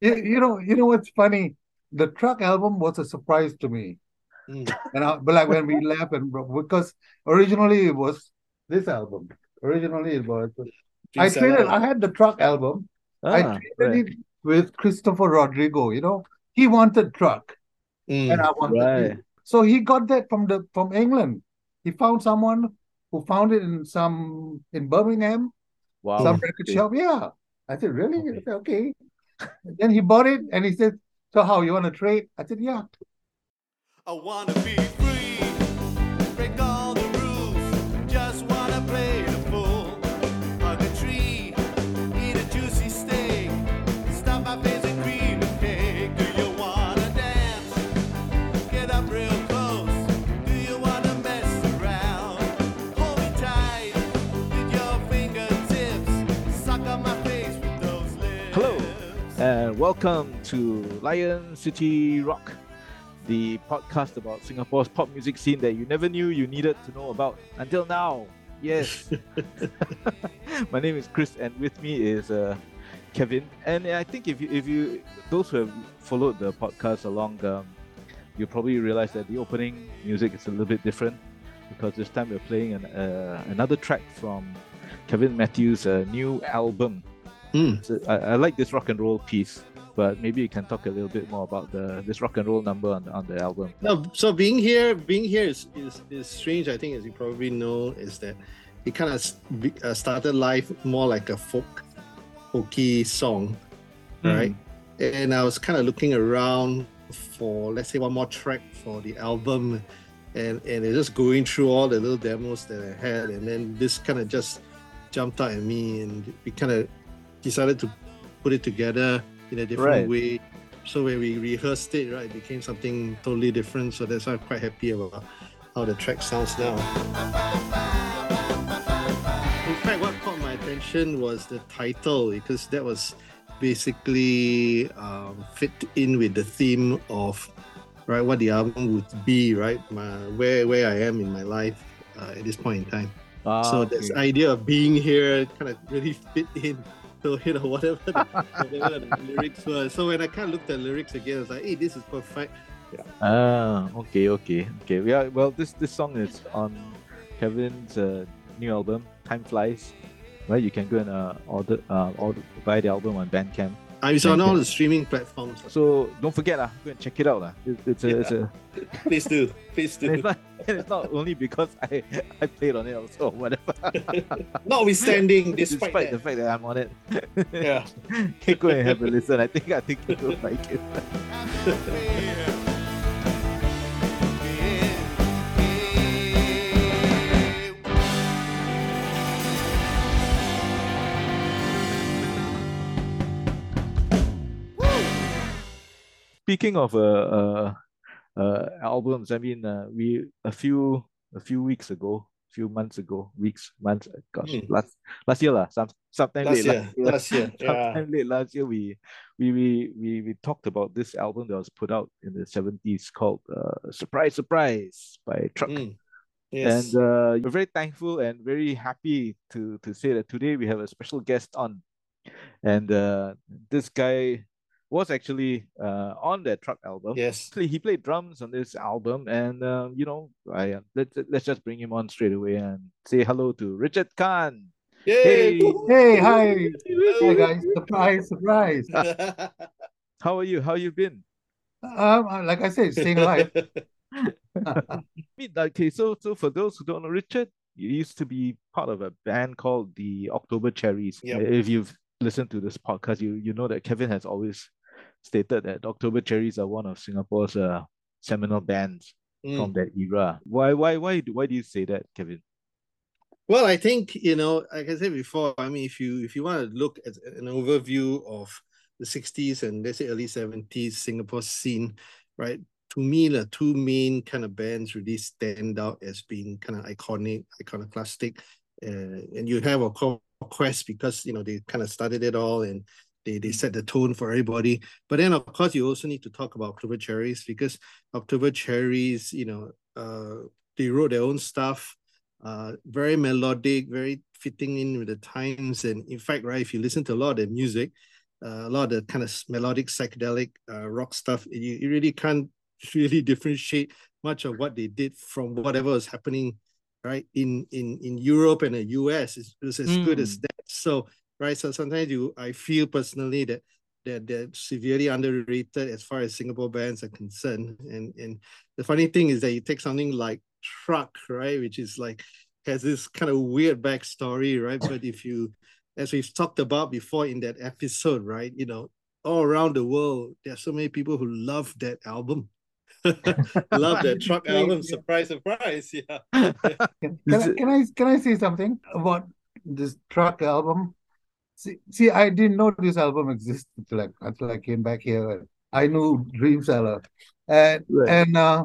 you, you know, you know what's funny? The truck album was a surprise to me. Hmm. Mm. And I, but like when we left and bro- because originally it was this album. Originally it was I Things are traded like- I had the truck album. I Ah, traded right. it with Christopher Rodrigo, you know. He wanted truck Mm. and I wanted Hmm. Right. you. So he got that from the from England. He found someone who found it in some in Birmingham Wow. some record Oh, Okay. shop. Yeah. I said, really? I Okay. said, okay. then he bought it and he said, so how you want to trade? I said, yeah. I wanna be free, break all the rules, just wanna play the fool. Hug a tree, eat a juicy steak, stop my face and cream and cake. Do you wanna dance? Get up real close. Do you wanna mess around? Hold me tight with your fingertips. Suck on my face with those lips. Hello. And welcome to Lion City Rock, the podcast about Singapore's pop music scene that you never knew you needed to know about until now. Yes. My name is Chris, and with me is uh, Kevin. And I think if you, if you those who have followed the podcast along, um, you probably realize that the opening music is a little bit different because this time we're playing an, uh, another track from Kevin Matthews' uh, new album. Mm. So I, I like this rock and roll piece, but maybe you can talk a little bit more about the this rock and roll number on, on the album. No, so being here, being here is, is, is strange. I think, as you probably know, is that it kind of uh, started life more like a folk, folky song, Hmm. Mm. right? And I was kind of looking around for, let's say, one more track for the album, and and it's just going through all the little demos that I had, and then this kind of just jumped out at me, and we kind of decided to put it together in a different Right. way. So when we rehearsed it, right, it became something totally different. So that's why I'm quite happy about how the track sounds now. In fact, what caught my attention was the title because that was basically um, fit in with the theme of right what the album would be, right, my, where where I am in my life uh, at this point in time. Ah, so this okay. idea of being here kind of really fit in to you know whatever the, whatever the lyrics were. So when I kind of looked at lyrics again, I was like, hey, this is perfect. Ah, okay, okay, okay. We are well. This this song is on Kevin's uh, new album, Time Flies. Right, you can go and uh, order, uh, order buy the album on Bandcamp. I was on Thank all you. the streaming platforms. So don't forget, uh, go and check it out. Uh. It, it's a, it's a Please do, please and do. it's not and it's not only because I I played on it also whatever. Notwithstanding, despite, Despite the that, fact that I'm on it, yeah. go and have a listen. I think I think you'll like it. speaking of uh, uh, uh, albums, I mean, uh, we a few a few weeks ago, few months ago, weeks, months, uh, gosh, Mm. last last year lah, some sometime Last late year, last year, yeah. sometime late last year, we we we we we talked about this album that was put out in the seventies called uh, "Surprise Surprise" by Truck. Mm. Yes. And uh, we're very thankful and very happy to, to say that today we have a special guest on. And uh, this guy was actually uh, on that truck album. yes. Actually, he played drums on this album. And, uh, you know, I, uh, let's, let's just bring him on straight away and say hello to Richard Khan. Hey. Yay! woohoo! Hey, hi. Hi guys. Surprise, surprise. How are you? How you been? Um, uh, like I said, staying alive. I mean, okay, so, so for those who don't know, Richard he used to be part of a band called the October Cherries. Uh, Yep. If you've listened to this podcast, you, you know that Kevin has always stated that October Cherries are one of Singapore's uh, seminal bands Mm. Hmm. from that era. Why why why do why do you say that, Kevin? Well, I think you know, like I said before, I mean, if you if you want to look at an overview of the '60s and let's say early '70s Singapore scene, right? To me, the two main kind of bands really stand out as being kind of iconic, iconoclastic, uh, and you have of course Quest because you know they kind of started it all and they they set the tone for everybody. But then of course you also need to talk about October Cherries because October Cherries, you know, uh, they wrote their own stuff uh, very melodic, very fitting in with the times. And in fact, right, if you listen to a lot of their music, uh, a lot of the kind of melodic psychedelic uh, rock stuff. You, you really can't really differentiate much of what they did from whatever was happening, right? In in in Europe and the US, it's, it's as good as that. So right, so sometimes you, I feel personally that they're, they're severely underrated as far as Singapore bands are concerned. And and the funny thing is that you take something like Truck, right, which is like has this kind of weird backstory, right? But if you, as we've talked about before in that episode, right, you know, all around the world, there are so many people who love that album. love that truck album. Surprise, surprise. Yeah. Can, can, Is I, it- can I can I say something about this truck album? See, see, I didn't know this album existed until I, until I came back here. And I knew Dream Cellar, and Right. and uh,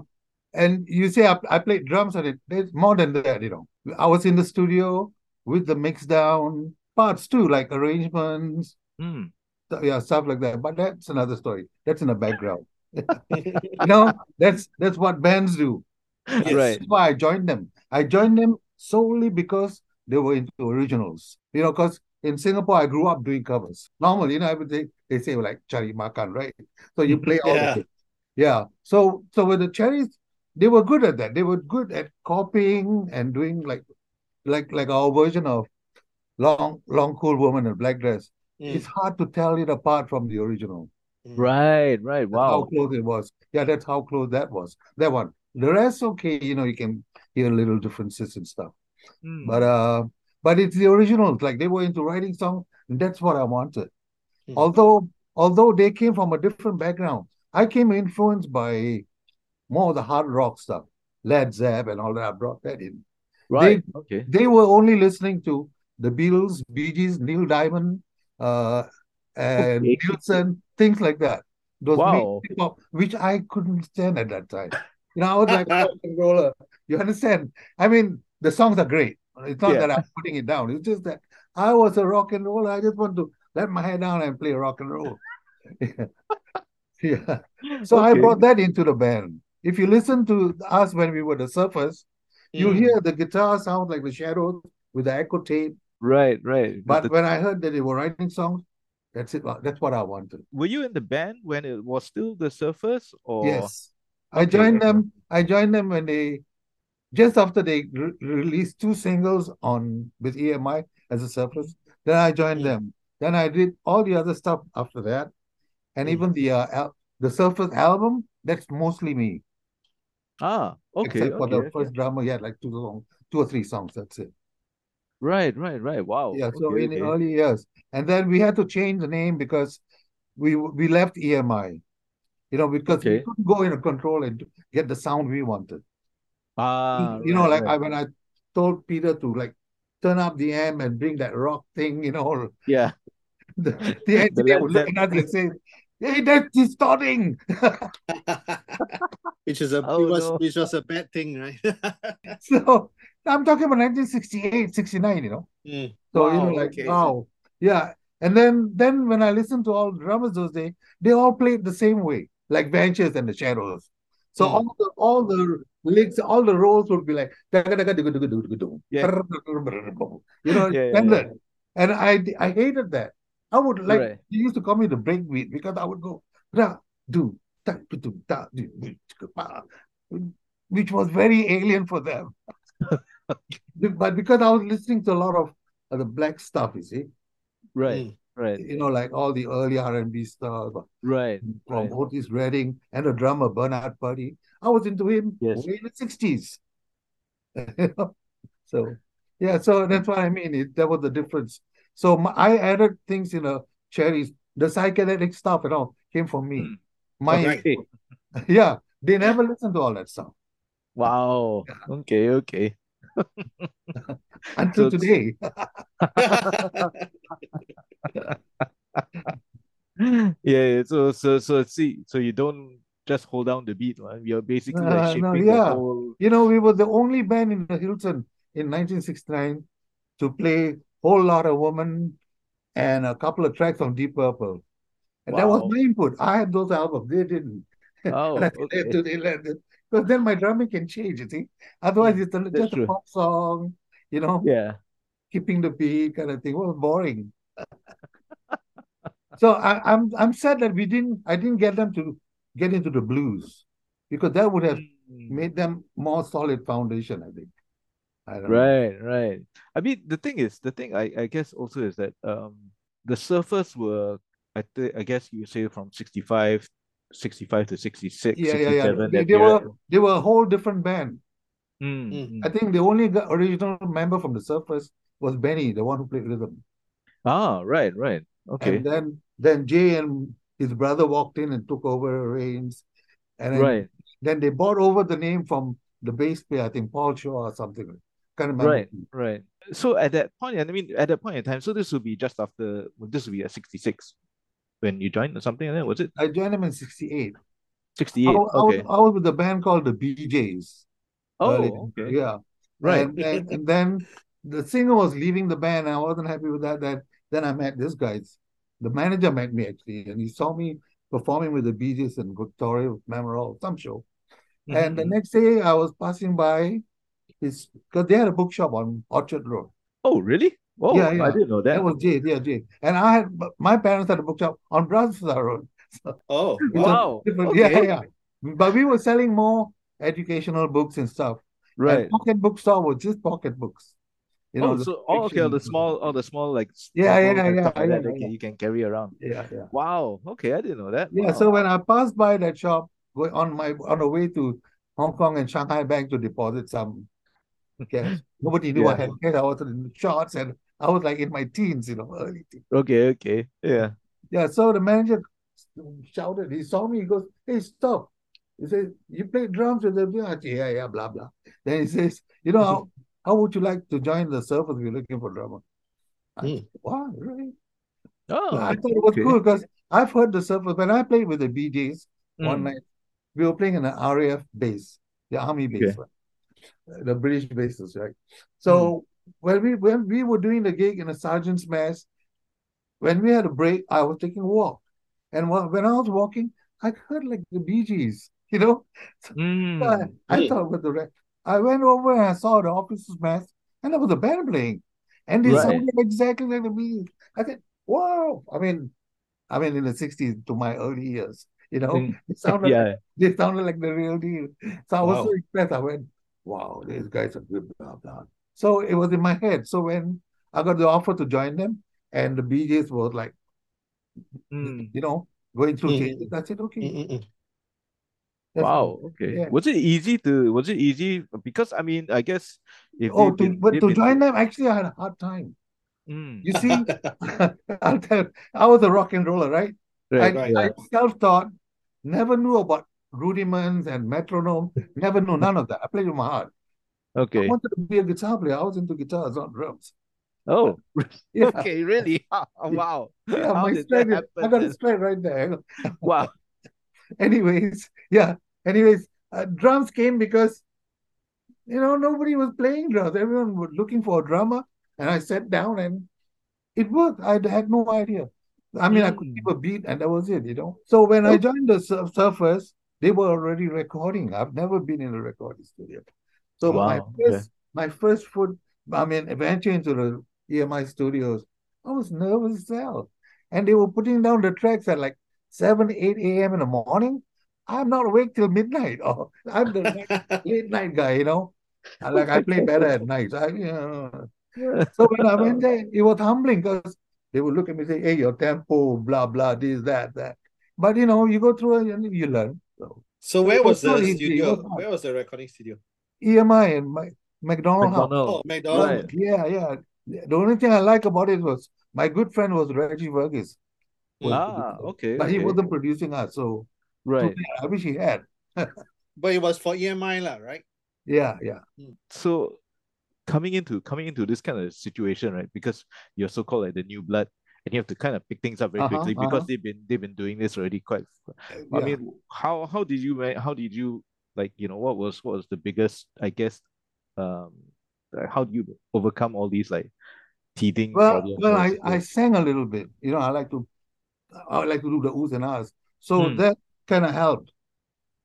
and you say I, I played drums on it. There's more than that, you know. I was in the studio with the mix down parts too, like arrangements, Hmm. stu- yeah, stuff like that. But that's another story. That's in the background. You know, that's that's what bands do. Yes. Right. That's why I joined them. I joined them solely because they were into originals. You know, because in Singapore, I grew up doing covers. Normally, you know, I would say, they say like Chari Makan, right? So you play all Yeah. the things. Yeah. So so with the cherries, they were good at that. They were good at copying and doing like like like our version of long long cool woman in black dress. It's Mm, hard to tell it apart from the original. mm. Right. Right. That's how Wow. close it was. Yeah, that's how close that was. That one. The rest, okay, you know, you can hear little differences and stuff. Hmm. But uh, but it's the originals. Like they were into writing songs, and that's what I wanted. Hmm. Mhm. Although although they came from a different background, I came influenced by more of the hard rock stuff, Led Zepp and all that. I brought that in. Right. okay. They were only listening to the Beatles, Bee Gees, Neil Diamond, uh, and Okay. Nielsen, things like that. Those Wow. hip hop, which I couldn't stand at that time. You know, I was like rock and roller. You understand? I mean, the songs are great. It's not Yeah. that I'm putting it down. It's just that I was a rock and roller. I just want to let my hair down and play rock and roll. yeah. So I Okay. brought that into the band. If you listen to us when we were the surfers, you'll Hmm. Mm. hear the guitar sound like the shadows with the echo tape. Right. Right. With But the- when I heard that they were writing songs, that's it. uh, That's what I wanted. were you in the band when it was still the Surfers or? Yes. I Oh. Okay, joined okay. them. I joined them when they just after they re- released two singles on with EMI as a surface. Then I joined Mm. them. Then I did all the other stuff after that, and Mm. even the uh, al- the surface album. That's mostly me, Ah. Okay. except for Okay. the okay. first drama. Yeah, like two long, two or three songs. That's it. Right. Right. Right. Wow. Yeah. So Oh, okay, in the okay. early years, and then we had to change the name because we we left EMI. You know, because we Okay. couldn't go in a control and get the sound we wanted. Ah. you know, right, like right. I when I told Peter to like turn up the amp and bring that rock thing, you know, Yeah. the, The the engineer Led would look Zepp. at us and say, "Hey, that's distorting." which is a Oh, it was no. which was a bad thing, right? so I'm talking about 1968, 69, you know. Mm, So you know, Wow, like okay. wow, yeah. And then then when I listened to all drummers those days, they all played the same way, like Ventures and the Shadows. So Hmm. Mm. all the all the licks, all the rolls would be like you Yeah. know, Yeah, yeah, standard. And I I hated that. I would like Right. they used to call me the breakbeat because I would go da do da do, do, da do, do, pa," which was very alien for them. But because I was listening to a lot of uh, the black stuff, you see, Right. Mm. Right. you know, like all the early R&B stuff Right. from Right. Otis Redding and the drummer Bernard Purdy. I was into him Yes. way in the sixties. so yeah, so that's what I mean. It, that was the difference. So my, I added things in a cherries. The psychedelic stuff and all came from me. Hmm. My Okay. yeah, they never listened to all that stuff Wow. Okay. Okay. until So it's- today. yeah, yeah. So so so see. So you don't just hold down the beat, right? You're basically like Uh, no, shaping the yeah. whole. You know, we were the only band in the Hilton in 1969 to play Whole Lot of Woman and a couple of tracks on Deep Purple. And that was Wow. my input. I had those albums. They didn't. Oh, And I think they okay. had to- they let it- Because then my drumming can change, you see. Otherwise, it's a- Mm, That's just a true. pop song, you know, Yeah. keeping the beat kind of thing. It was boring. So I, I'm I'm sad that we didn't I didn't get them to get into the blues because that would have made them more solid foundation. I think. I don't know. Right, right. I mean, the thing is, the thing I, I guess also is that um the surfers were I think I guess you say from 65, 65 to 66, Yeah, yeah, yeah. 67. They, that they were period. they were a whole different band. Mm, mm. I think the only gu- original member from the Surfers was Benny, the one who played rhythm. Ah, right, right. Okay. And then then Jay and his brother walked in and took over reins. And then, right, then they bought over the name from the bass player, I think Paul Shaw or something. Can't remember. right, right. So at that point, I mean, at that point in time, so this would be just after, well, this would be at 66 when you joined or something like that, was it? I joined him in 68. 68. I, wa- I was, okay. I was with a band called the BJs. early. Oh, okay. Yeah. Right. And, and, and then the singer was leaving the band. I wasn't happy with that. That then I met this guy. The manager met me actually, and he saw me performing with the Bee Gees in Victoria Memorial, some show. Mm-hmm. And the Mhm. next day, I was passing by his because they had a bookshop on Orchard Road. Oh, really? Oh, Yeah, I yeah. didn't know that. That was Jay, yeah, Jay. And I had my parents had a bookshop on Brazza Road. Oh, It's a wow. Wow. different- Yeah, Okay. yeah. But we were selling more educational books and stuff. Right. And pocket bookstore was just pocket books. You know, oh, the so oh, okay, fiction all the and stuff. small, all the small like s- Yeah, yeah, novels and yeah, stuff like yeah, that that yeah. can, you can carry around. Yeah, yeah. Wow. Okay, I didn't know that. Yeah, Wow. so when I passed by that shop going on my on the way to Hong Kong and Shanghai Bank to deposit some cash, nobody knew I Yeah. had cash. I was in shorts and I was like in my teens, you know, early teens. Okay. Okay. Yeah. Yeah, so the manager shouted, he saw me, he goes, Hey, stop. He says, You play drums with the I said, yeah, yeah, blah, blah. Then he says, You know, how, how would you like to join the surfers? We're looking for drummer. I Hmm. said, Wow, really? Oh. I thought it was okay. cool because I've heard the surfers when I played with the BJs one Mm. night, we were playing in an RAF base, the army base, right? the British bases, right? So Mm. when we when we were doing the gig in a sergeant's mess, when we had a break, I was taking a walk, and wh- when I was walking, I heard like the Bee Gees, you know. So I, Mm. I Hmm. thought with the re- I went over and I saw the officers' mess, and there was a band playing, and they Right. sounded exactly like the Bee Gees. I said, "Wow!" I mean, I mean, in the sixties to my early years, you know, Mm. it sounded Yeah. they sounded like the real deal. So I was so Wow. impressed. I went, wow, these guys are good, blah, blah. So it was in my head. So when I got the offer to join them, and the BJs was like, Mm. you know, going through Mhm. changes, I said, okay, Mm-mm-mm. that's Hmm. Wow. Okay. Yeah. Was it easy to? Was it easy? Because I mean, I guess if Oh, they've to, been, but they've to been. join them, actually, I had a hard time. Mm. You see, I'll tell I was a rock and roller, right? Right. I, Right. I Yeah. self-taught, never knew about rudiments and metronome, never knew none of that. I played with my heart. I Okay. wanted to be a guitar player. I was into guitars, not drums. Oh. mm. Yeah, Okay. Really? Wow. yeah. How my did that strength is, I happen? got a then? strength right there. Wow. Anyways, yeah. Anyways, uh, drums came because you know nobody was playing drums. Everyone was looking for a drummer, and I sat down and it worked. I had no idea. I mean, I could Mm. keep a beat, and that was it. You know. So when I Okay. joined the Sur- Surfers, they were already recording. I've never been in a recording studio. So my Wow. Okay. first my first foot, I mean, venture into the EMI studios, I was nervous as hell. And they were putting down the tracks at like 7, 8 a.m. in the morning. I'm not awake till midnight. Or I'm the night- late night guy, you know. I like I play better at night. I, you know. So when I went there, it was humbling because they would look at me and say, hey, your tempo, blah, blah, this, that, that. But you know, you go through it and you learn. So So it where was was not the easy. It was studio? hard. Where was the recording studio? EMI E and my McDonald House. Oh, Well, McDonald. McDonald. Right. yeah, yeah. The only thing I like about it was my good friend was Reggie Vergis, was Mm. Ah, producer, okay, but he okay. wasn't producing us. So too Right. bad. I wish he had. But it was for EMI lah, right? Yeah, yeah, So coming into coming into this kind of situation, right? Because you're so called like the new blood, and you have to kind of pick things up very uh-huh, quickly uh-huh, because they've been they've been doing this already quite. I yeah. mean, how how did you ma- how did you like you know what was what was the biggest I guess, um, like, how do you overcome all these like teething Well, problems well, or I I sang something? a little bit. You know, I like to I like to do the oohs and ahs. So Mm, that kind of helped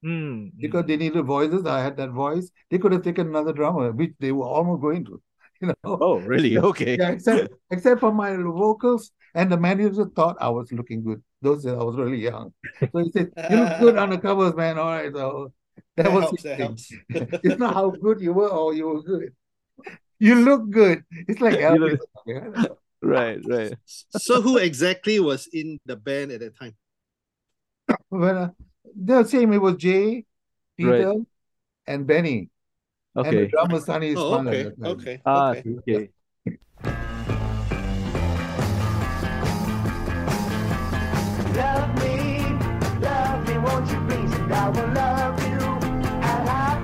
mm, because mm. they needed voices. I had that voice. They could have taken another drummer, which they were almost going to. you know. Oh, really? Okay. Yeah, except except for my vocals and the manager thought I was looking good. Those days I was really young. So he said, You look good on the covers, man. All right. So that, That was helps, his that E thing. helps. it's not how good you were or you were good. You look good. It's like You look- Elvis. yeah. Right, right. so who exactly was in the band at that time? When I, uh, the same, it was Jay, Right. Peter, and Benny. And the Okay. drummer Sunny is Oh, okay, okay, Ah, okay. okay. Love me, love me, won't you please? And I will love you, and I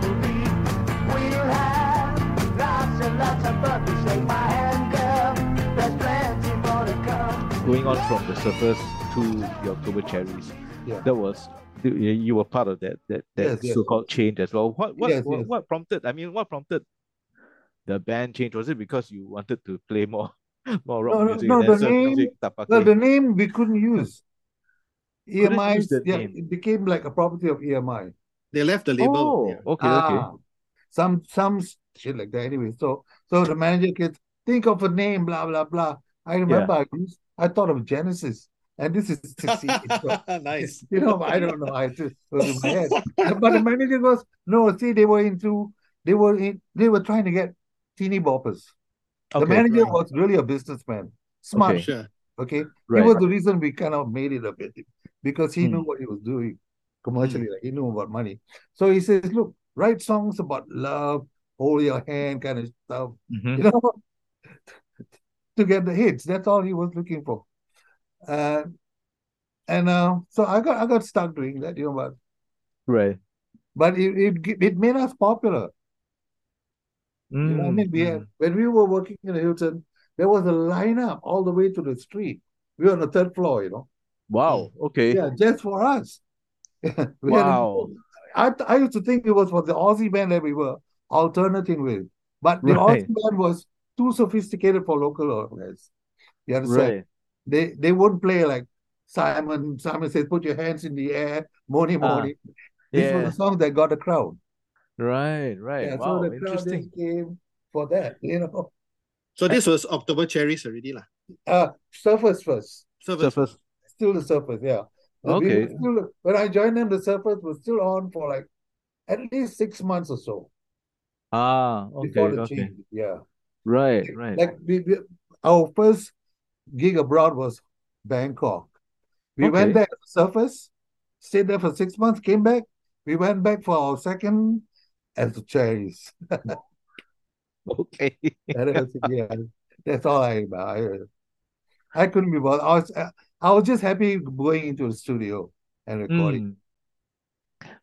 believe we'll have lots and lots of fun. You shake my hand, girl. There's plenty more to come. Going on from the surface to the October cherries. Yeah. That was you- you were part of that that, that Yes, yes. so-called change as well. What what, Yes, what yes. what prompted? I mean, what prompted the band change? Was it because you wanted to play more more rock No, no, music? no, than the surf name- music, Well, tapakee? the name we couldn't use. Couldn't EMI, use the yeah, name. it became like a property of E EMI. They left the label. oh, yeah. okay, okay. Ah, some some shit like that. Anyway, so so the manager gets think of a name, blah blah blah. I remember I used, I thought of Genesis, and this is 68. So, nice. you know, I don't know. I just it was in my head. But the manager goes, no, see, they were into they were in they were trying to get teeny boppers. the Okay, manager right. was really a businessman, smart. Okay. Sure. Okay, right. he was the reason we kind of made it a bit because he knew Hmm. what he was doing commercially. Like he knew about money. So he says, "Look, write songs about love, hold your hand, kind of stuff. Mhm. You know, to get the hits. That's all he was looking for." Uh, and uh, so I got I got stuck doing that. You know, but Right. but it it, gi- it made us popular. You know what I Mm, mean, we mm. had, when we were working in Hilton, there was a lineup all the way to the street. We were on the third floor. You know. Wow. Okay. Yeah, just for us. We had a- Wow. I th- I used to think it was for the Aussie band that we were alternating with, but the Right. Aussie band was too sophisticated for local organizers. You understand? Right. They they wouldn't play like Simon. Simon says, "Put your hands in the air, Moni Ah, Moni." These were yeah. the songs that got a crowd. Right. Right. Yeah, wow. so the crowd Interesting. just came for that. You know, So this was October Cherries already, lah. uh, Surfers first, So Surface. still the Surfers. Yeah, But we Okay. were still, when I joined them, the Surfers was still on for like at least six months or so. Ah. Okay. before the Okay. change. Yeah. Right. Right. Like we, we, our first gig abroad was Bangkok. We Okay. went there as a surface, stayed there for six months, came back. We went back for our second as the cherries. Okay. That is- yeah, that's all I remember. I, uh, I couldn't be bothered. I was, uh, I was just happy going into the studio and recording. Mm.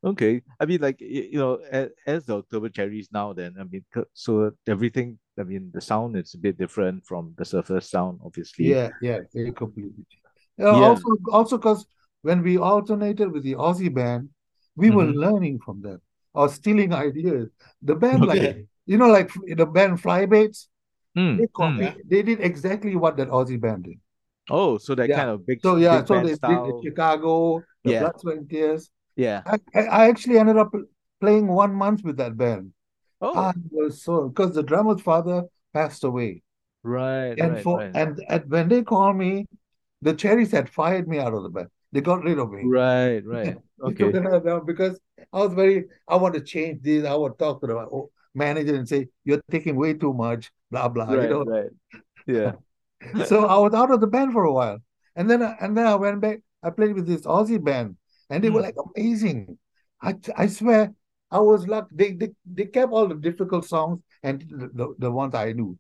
Okay. I mean, like, y- you know, as, as the October cherries now, then, I mean, c- so everything, I mean, the sound is a bit different from the surface sound, obviously. Yeah, yeah, they completely. Uh, Yeah. Also, also because when we alternated with the Aussie band, we were Mhm. learning from them or stealing ideas. The band, like Okay. you know, like the band Flybaits, Mm, they mm. copied. They did exactly what that Aussie band did. Oh, so that Yeah. kind of big, So yeah, big so band they did the style. Chicago, the Yeah. Blood, Sweat and Tears. Yeah. I, I I actually ended up playing one month with that band. Oh, I was so because the drummer's father passed away. right, And right, for right. and, and when they called me, the cherries had fired me out of the band. They got rid of me. Right, right. They took Okay. it out now because I was very I want to change this. I would talk to the o- manager and say, You're taking way too much, blah blah. you Right, know. right. Yeah. So I was out of the band for a while. And then I, and then I went back, I played with this Aussie band, and they were Hmm. like amazing. I I swear I was luck. They, they they kept all the difficult songs and the, the, the ones I knew.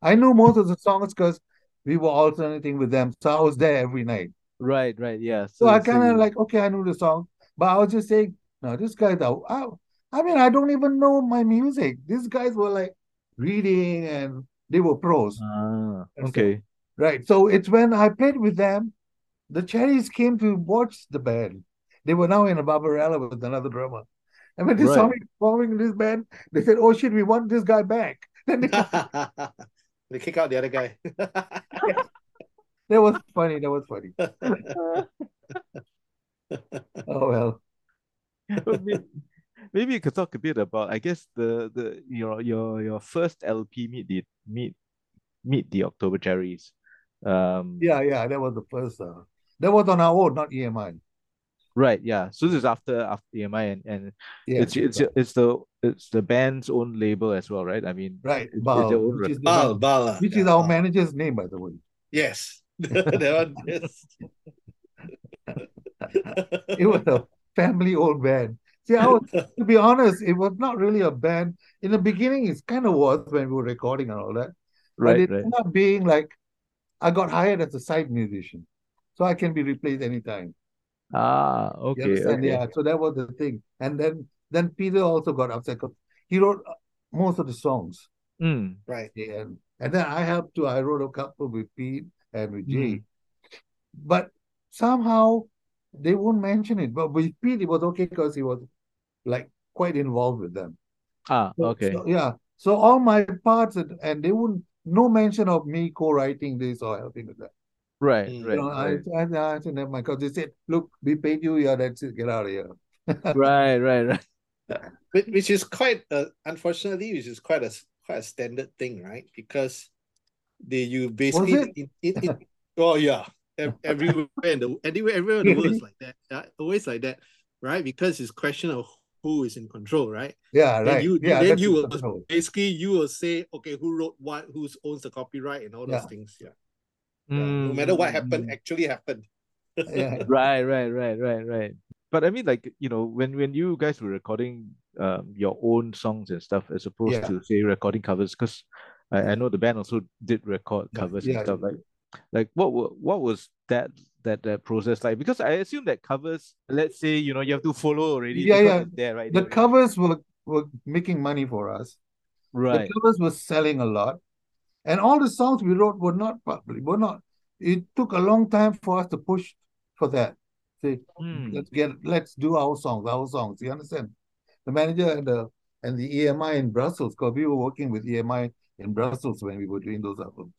I knew most of the songs because we were alternating with them. So I was there every night. Right, right. Yeah. So, So, I so kind of you- like, okay, I knew the song, but I was just saying, no, this guy's out. I, I mean, I don't even know my music. These guys were like reading and they were pros, Ah, and so- okay. right? So it's when I played with them, the Cherries came to watch the band. They were now in a Barbarella with another drummer. And when they saw me Right. performing in this band, they said, oh shit, we want this guy back. Then they they kick out the other guy. That was funny. That was funny. Oh well. I mean, Maybe you could talk a bit about, I guess, the the your your your first LP, meet the meet meet the October Cherries. Um, Yeah, yeah, that was the first. Uh, that was on our own, not E EMI. Right. Yeah. So this is after after EMI, and and Yeah, it's it's it's the it's the band's own label as well, right? I mean, right. it's Bahal, their own which is, the Bala, man- Bala. which is our manager's name, by the way. Yes. that one, yes. It was a family old band. See, I was, to be honest, it was not really a band. In the beginning, it kind of was when we were recording and all that. but right, it right. ended up being like I got hired as a side musician, so I can be replaced anytime. Ah, You okay, understand? okay. Yeah. So that was the thing, and then then Peter also got upset. 'cause He wrote uh, most of the songs, Mm, right. yeah, and and then I helped too. I wrote a couple with Pete and Hmm. with Jay, but somehow they won't mention it. But with Pete, it was okay because he was like quite involved with them. ah, So- okay. so- yeah. So all my parts and, and they wouldn't no mention of me co-writing this or helping with that. Right, Mm. You right, You know, I, right, I, I said, never mind. Because they said, look, we paid you. Yeah, that's it. Get out of here. right, right, right. Which, which is quite uh, unfortunately, which is quite a s- quite a standard thing, right? Because they you basically it? in- in- in- oh yeah, Ev- everywhere in the anywhere everywhere in the world is like that, yeah, always like that, right? Because it's question of who is in control, right? Yeah, Then right. you- yeah, then that's you it. will- Basically, you will say, okay, who wrote what, who owns the copyright, and all those Yeah. Mm. things. Yeah, yeah. no Hmm. matter what happened, actually happened. Yeah. Right, right, right, right, right. But I mean, like, you know, when when you guys were recording um your own songs and stuff, as opposed Yeah. to say recording covers, because I, I know the band also did record Yeah, covers yeah, and stuff. Like, like what wa- what was that that that process like? Because I assume that covers, let's say, you know, you have to follow already. Yeah, because yeah. it's There, right? The there, right? covers were, were making money for us. Right. The covers were selling a lot. And all the songs we wrote were not public, were not. It took a long time for us to push for that. See, Hmm. let's get let's do our songs, our songs. You understand? The manager and the and the EMI in Brussels, because we were working with EMI in Brussels when we were doing those albums.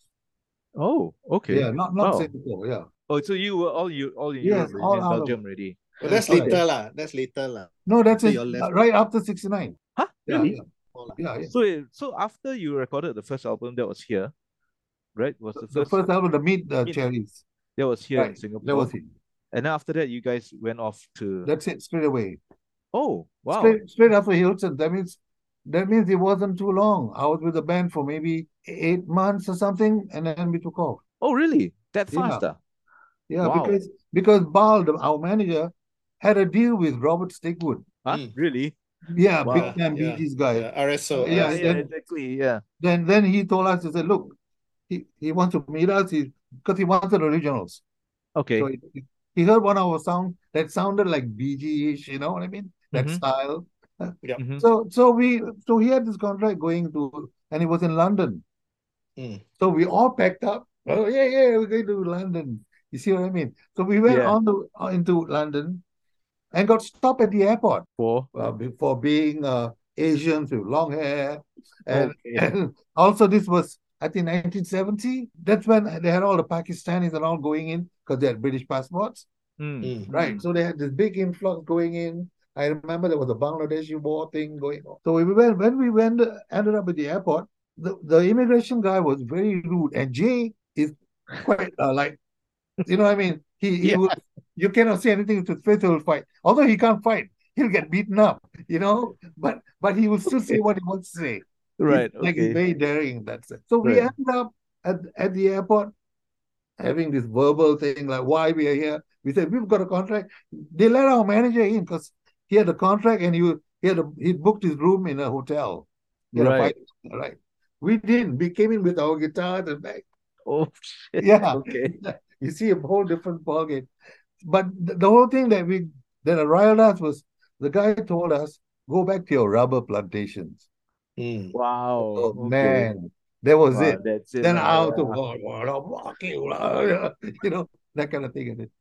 Oh, okay. Yeah, not not Wow. Singapore. Yeah, Oh, so you were all you all in Yes, Europe and all in out of- Belgium already. But that's Alright. later lah. That's later lah. no, that's After it. Uh, your left- Right after sixty nine. Huh? Yeah, Really? yeah, All lah. yeah. yeah. So it, so after you recorded the first album that was here, right? Was The the first, first album, the Meet the Meet- Cherries. that was here in right, Singapore. That was it. And then after that you guys went off to That's it straight away. Oh, wow. Straight straight after Hilton. That means that means it wasn't too long. I was with the band for maybe eight months or something, and then we took off. Oh really? That Yeah. faster. Yeah, Wow. because because Bald, our manager, had a deal with Robert Stigwood. Huh? Mm. Really? Yeah, Wow. big time Bee Yeah, Gees guy. Yeah, RSO. Yeah, RSO. yeah. then- exactly. Yeah. Then then he told us, he said, look, he, he wants to meet us he because he wanted originals. Okay. So he, he heard one of our songs that sounded like BG-ish, you know what I mean? That Mhm. style. Mhm. So so we so he had this contract going to and it was in London. Mm. So we all packed up. Oh yeah, yeah, we're going to London. You see what I mean? So we went Yeah. on the uh, into London, and got stopped at the airport Four. uh, be- for being uh, Asians with long hair, and, Okay. and also this was I think 1970. That's when they had all the Pakistanis and all going in because they had British passports, Mm. Mm. right? So they had this big influx going in. I remember there was a Bangladeshi war thing going on. So we went when we went ended up at the airport. The, the immigration guy was very rude, and Jay is quite uh, like, you know what I mean? He, he Yeah. would, you cannot say anything to his face, he will fight. Although he can't fight, he'll get beaten up, you know, but but he will still say what he wants to say. He's Right. Like he's Okay. very daring in that sense. So we Right. ended up at, at the airport having this verbal thing like why we are here. We said we've got a contract. They let our manager in because he had a contract and he wa- he had a, he booked his room in a hotel. He had a Right. five- right. We didn't. We came in with our guitars and back. Oh shit. Yeah. Okay. You see a whole different ballgame. But th- the whole thing that we that riled us was the guy told us, go back to your rubber plantations. Mm. Wow. Oh, okay. man, that was Wow, it. That's it. Then lah, out yeah. of oh, you know, that kind of thing. And it-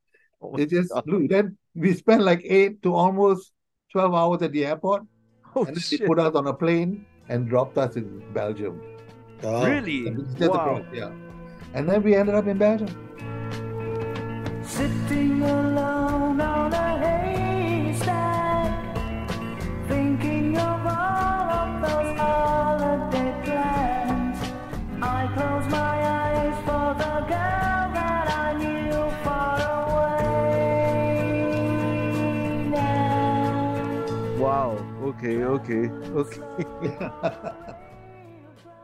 Oh my It just God. look, then we spent like eight to almost twelve hours at the airport, Oh, and then they shit. put us on a plane and dropped us in Belgium. Oh. Really? It's just Wow. across, yeah. And then we ended up in Belgium. Sitting alone on a haystack, thinking Wow. Okay. Okay. Okay.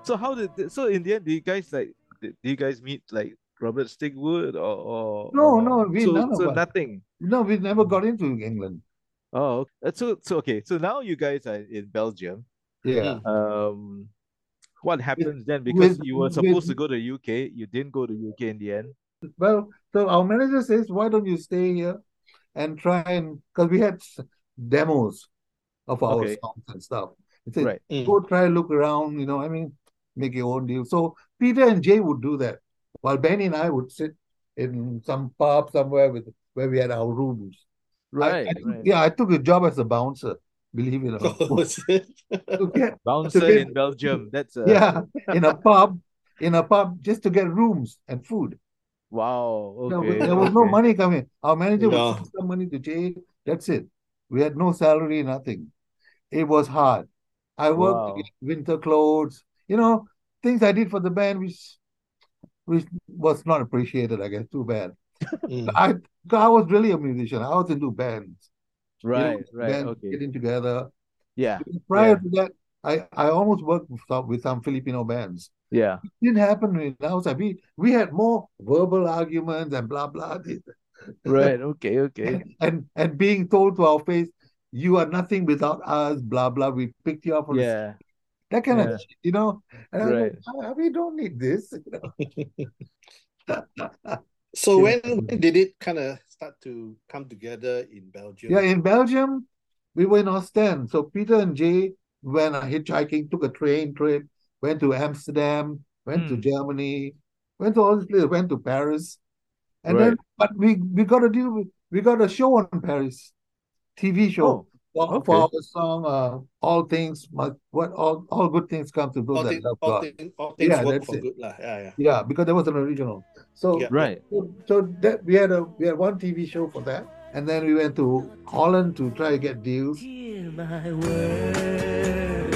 So how did th- so in the end, do you guys like did, do you guys meet like Robert Stigwood or, or No, or- no, we- so, none of so us. nothing. no, we never got into England. Oh, okay. so so okay. So now you guys are in Belgium. Yeah. Um, what happens then? Because with- you were with- supposed to go to UK, you didn't go to UK in the end. Well, so our manager says, why don't you stay here and try and because we had s- demos of our Okay. songs and stuff. He said, Right. Mm. go try look around, you know, I mean, make your own deal. So Peter and Jay would do that, while Benny and I would sit in some pub somewhere with where we had our rooms. I- I Right. took- right. Yeah, I took a job as a bouncer, believe it or not. To get- Bouncer get- in Belgium. That's a, yeah, in a pub, in a pub, just to get rooms and food. Wow. There Okay. was- there was no okay. money coming. Our manager would No. send some money to Jay. That's it. We had no salary, nothing. It was hard. I worked to Wow. get winter clothes, you know, things I did for the band, which which was not appreciated, I guess. Too bad. Mm. I I was really a musician. I was into bands, you know, Right. Right. bands Okay. getting together. Yeah. Prior Yeah. to that, I, I almost worked with some, with some Filipino bands Yeah. didn't happen in Nausa. We we had more verbal arguments and blah blah this- Right. Okay. Okay. and, and and being told to our face, you are nothing without us, blah blah. We picked you up on Yeah. that kind yeah. of shit, you know. And I Right. go, "Ah, we don't need this. So Yeah. when when did it kind of start to come together in Belgium? Yeah, in Belgium, we were in Ostend. So Peter and Jay went uh, hitchhiking, took a train trip, went to Amsterdam, went to Hmm. Germany, went to all these places, went to Paris. And Right. then but we we got a deal with we got a show on Paris, TV show Oh, for, okay. for our song uh, All Things Must What All All Good Things Come to Those all, That thing, Love all, God. thing- all things Yeah, work that's for it. good lah. Yeah, yeah. Yeah, because there was an original. So Yeah. Right. so, so that we had a we had one TV show for that, and then we went to Holland to try to get deals. Hear my word.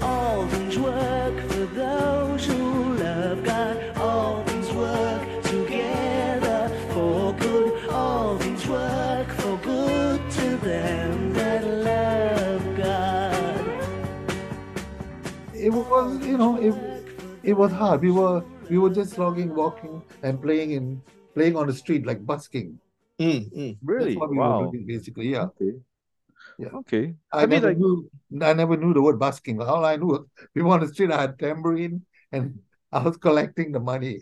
All things work for those who love God. All things work together for good. All things work for good to them that love God. It was you know it it was hard. We were we were just slogging, walking, and playing in playing on the street like busking. Mm, mm. Really? That's what we were Wow. doing basically. Yeah. Okay. Yeah. Okay. I, I mean, never like- knew I never knew the word busking. All I knew was we wanted to street, I had tambourine and I was collecting the money.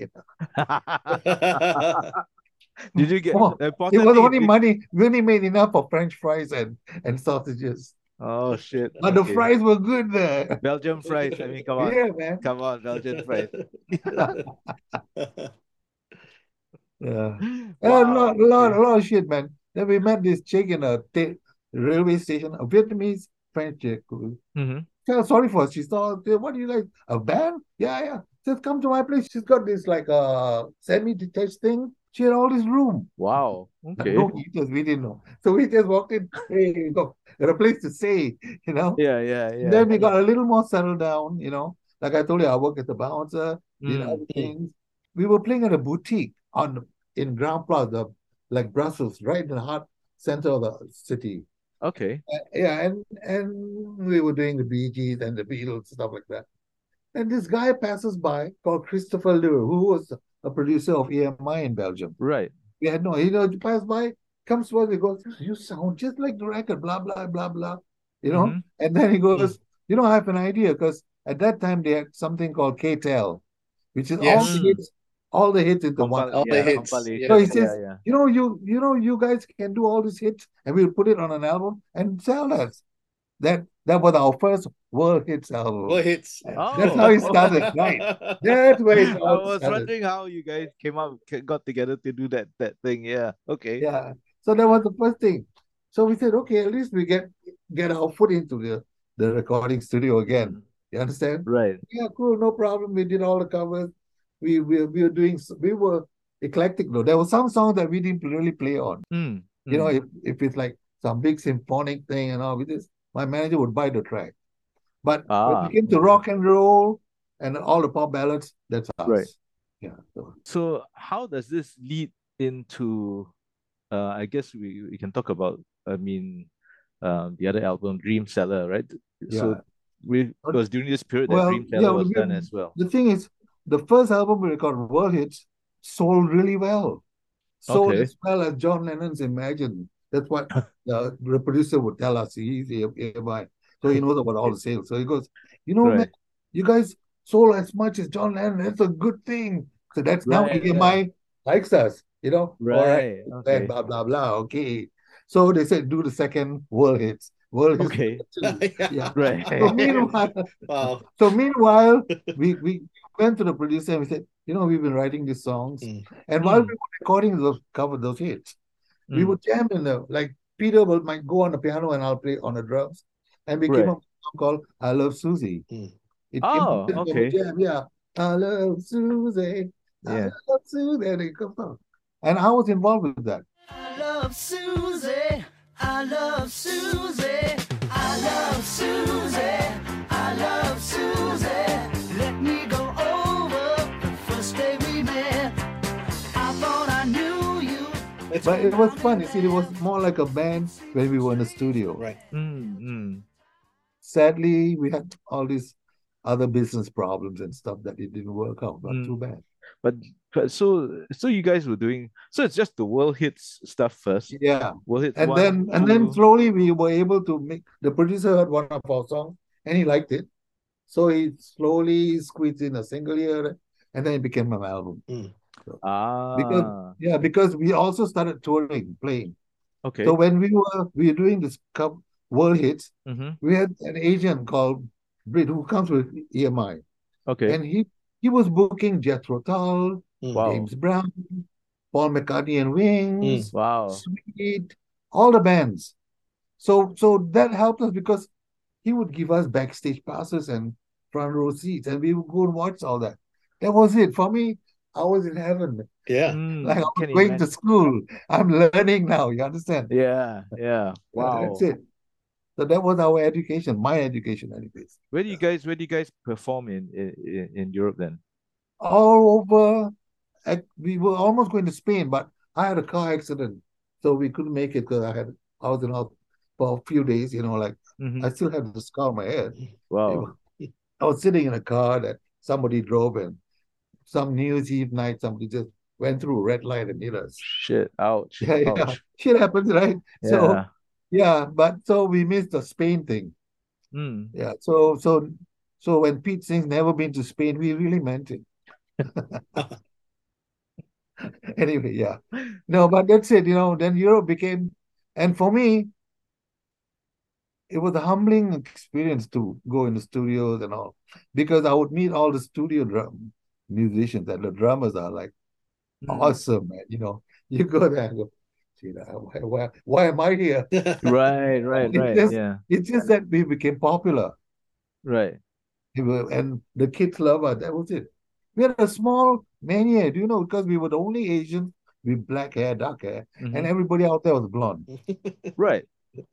Did you get Oh, It the important was thing only is- money. We only made enough for French fries and, and sausages. Oh shit. But the Okay. fries were good there. Belgium fries. I mean, come on. Yeah, man. Come on, Belgian fries. Yeah. Wow. A Oh, lot, a lot, Okay. a lot of shit, man. Then we met this chick in a ta- railway station, a Vietnamese French chick. who- Mhm. Felt sorry for us. She saw, what do you like? A van? Yeah, yeah. Just come to my place. She's got this like uh, semi-detached thing. She had all this room. Wow. And Okay. no heaters, we didn't know. So we just walked in, hey, you know, got a place to stay, you know. Yeah. Yeah. Yeah. Then we got a little more settled down, you know. Like I told you, I work as a bouncer, did Mm. other things. We were playing at a boutique on in Grand Plaza, like Brussels, right in the heart center of the city. Okay. Uh, yeah, and and we were doing the Bee Gees and the Beatles, stuff like that. And this guy passes by called Christopher Lure, who was a producer of EMI in Belgium. Right. We had no, you know, he passed by, comes to us, he goes, You sound just like the record, blah, blah, blah, blah. You know? Mhm. And then he goes, You know, I have an idea because at that time they had something called KTEL, which is all the Yes. hits, all the hits into one. Compil- all the yeah, hits. compilation. So he says- yeah. Yeah. You know, you you know, you guys can do all these hits and we'll put it on an album and sell us. That that was our first world hits album. What hits? That's how it started, right? That's where it Oh. I all was started. wondering how you guys came up, c- got together to do that that thing. Yeah. Okay. Yeah. So that was the first thing. So we said, okay, at least we get get our foot into the, the recording studio again. You understand? Mm. Right. Yeah, cool, no problem. We did all the covers. We we, we were doing s- we were eclectic though. There were some songs that we didn't really play on. Mm. You know, Mm. if, if it's like some big symphonic thing and all, we just my manager would buy the track. But when Ah, it came to okay. rock and roll and all the pop ballads, that's us. Right. Yeah. So So how does this lead into uh, I guess we, we can talk about. I mean, um, the other album, Dream Seller, right? So we it was during this period that Well, Dream yeah, Seller was we- done as well. The thing is, the first album we recorded, World Hits, sold really well. Sold Okay. as well as John Lennon's Imagine. That's what the, the producer would tell us. He's AMI. So he knows about all the sales. So he goes, You know, man, Right. you guys sold as much as John Lennon. That's a good thing. So that's now Right, AMI likes us, you know? All right, Right. then Okay. blah, blah, blah. Okay. So they said, Do the second World Hits. World Hits. Okay. two. Yeah. So Right. meanwhile, Wow. so meanwhile, we, we went to the producer and we said, you know, we've been writing these songs. Mm. And while Mm. we were recording those cover those hits, we Mm. would jam in there. Like Peter will might go on the piano and I'll play on the drums. And we came Right. up with a song called I Love Susie. Mm. It Oh, came up with a okay. jam, yeah. I love Susie. I Yeah. love Susie. And it comes out. And I was involved with that. I love Susie. I love Susie. I love Susie. I love Susie. Let me go over the first day we met. I thought I knew you. But it was fun. You see, it was more like a band when we were in the studio. Right. Mm, mm. sadly, we had all these other business problems and stuff that it didn't work out. Not Mm. too bad. But, but so so you guys were doing so it's just the world hits stuff first. Yeah. World hits And one, then and then two. slowly we were able to make the producer heard one of our songs and he liked it. So he slowly squeezed in a single year and then it became an album. ah Yeah, because we also started touring, playing. okay. So when we were we were doing this cup world hits, hmm we had an agent called Brit who comes with EMI. Okay. And he he was booking Jethro Tull, wow. Mm. James Brown, Paul McCartney and Wings, Wow. Sweet, all the bands. So so that helped us because he would give us backstage passes and front row seats, and we would go and watch all that. That was it for me. I was in heaven, Yeah. Mm, like I I was can going to imagine. school. I'm learning now. You understand? Yeah, yeah. Wow. That's it. So that was our education, my education, anyways. Where do you guys where do you guys perform in in, in Europe then? all over. At, we were almost going to Spain, but I had a car accident, so we couldn't make it because I had I was in hospital for a few days. You know, like Mhm. I still had the scar on my head. Wow. I was sitting in a car that somebody drove, and some New Year's Eve night, somebody just went through a red light and hit us. Shit. Ouch. Yeah, yeah, Ouch. shit happens, right? Yeah. So yeah, but so we missed the Spain thing. Mm. Yeah, so so so when Pete sings "Never Been to Spain," we really meant it. Anyway, yeah, no, but that's it. You know, then Europe became, and for me, it was a humbling experience to go in the studios and all, because I would meet all the studio drum musicians, and the drummers are like Mm. awesome, man. You know, you go there, and go, "Gee, nah, why, why, why am I here? Mm. Right, right, It's right. just- yeah. It's just that we became popular. Right. We were- and the kids love us. That was it. We had a small mania, do you know, because we were the only Asians with black hair, dark hair, Mhm. and everybody out there was blonde. Right.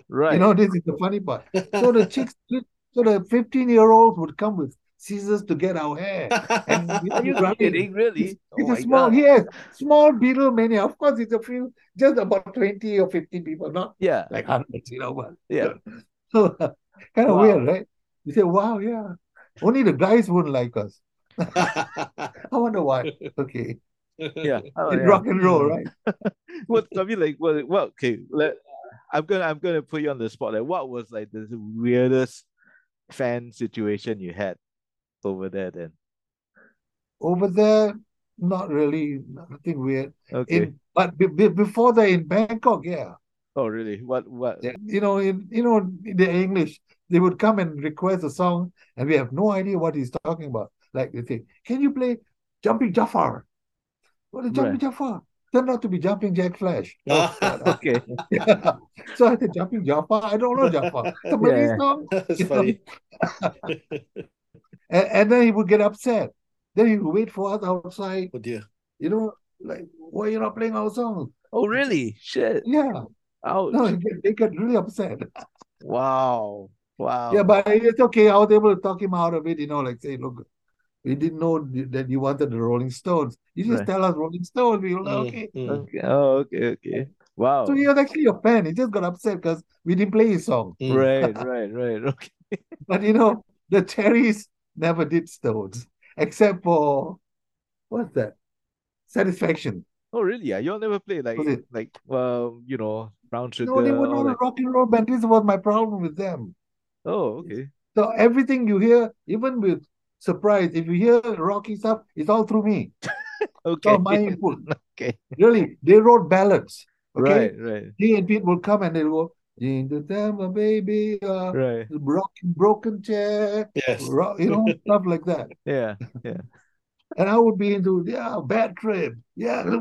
Right. You know, this is the funny part. So the chicks, so the 15 year olds would come with scissors to get our hair. And we Are you would run it. kidding? Really? It's, Oh it's my a small, God. yes, small beetle mania. Of course, it's a few, just about 20 or 15 people, not Yeah. like hundreds, you know, but Yeah. so kind of Wow. weird, right? You say, wow, yeah. Only the guys wouldn't like us. I wonder why. Okay. Yeah. Oh, It's yeah. rock and roll, Hmm. right? What I mean, like, what? Well, okay. Let, I'm gonna, I'm gonna put you on the spot. Like, what was like the weirdest fan situation you had over there? Then, Over there, not really, nothing weird. okay. In but be, be- before that, in Bangkok, yeah. oh, really? What? What? you know, in you know, in the English, they would come and request a song, and we have no idea what he's talking about. Like they say, "Can you play Jumping Jafar?" What is Jumping Right. Oh. Jafar? Turned out to be Jumping Jack Flash. Ah. Okay. so I said, "Jumping Jafar? I don't know Jafar. It's a Malay Yeah. song." That's funny. And, and then he would get upset. Then he would wait for us outside. Oh dear. You know, like why you not playing our song? Oh, really? Shit. Yeah, Ouch. no, they get, they get really upset. Wow. Wow. Yeah, but it's okay. I was able to talk him out of it, you know, like say, look, we didn't know that you wanted the Rolling Stones. You just Right. tell us Rolling Stones, we will Mm, okay. mm. Okay. Oh, okay. Okay. Wow. So he was actually a fan. He just got upset because we didn't play his song. Mm. Right, right, right. Okay. But you know, the cherries never did stones, except for what's that? Satisfaction. Oh, really? Yeah, y'all never played like Was it- like well, you know, brown sugar. No, they were all not a that. rock and roll band. This was my problem with them. Oh, okay. So everything you hear, even with surprise, if you hear rocky stuff, it's all through me. It's Okay. all my input. Okay. Really, they wrote ballads. Okay. Right, right, He and Pete will come and they'll go, "In the time of baby, uh, right. broken, broken chair, Yes. rock, you know, stuff like that. Yeah. And I would be into, yeah, bad trip. Yeah.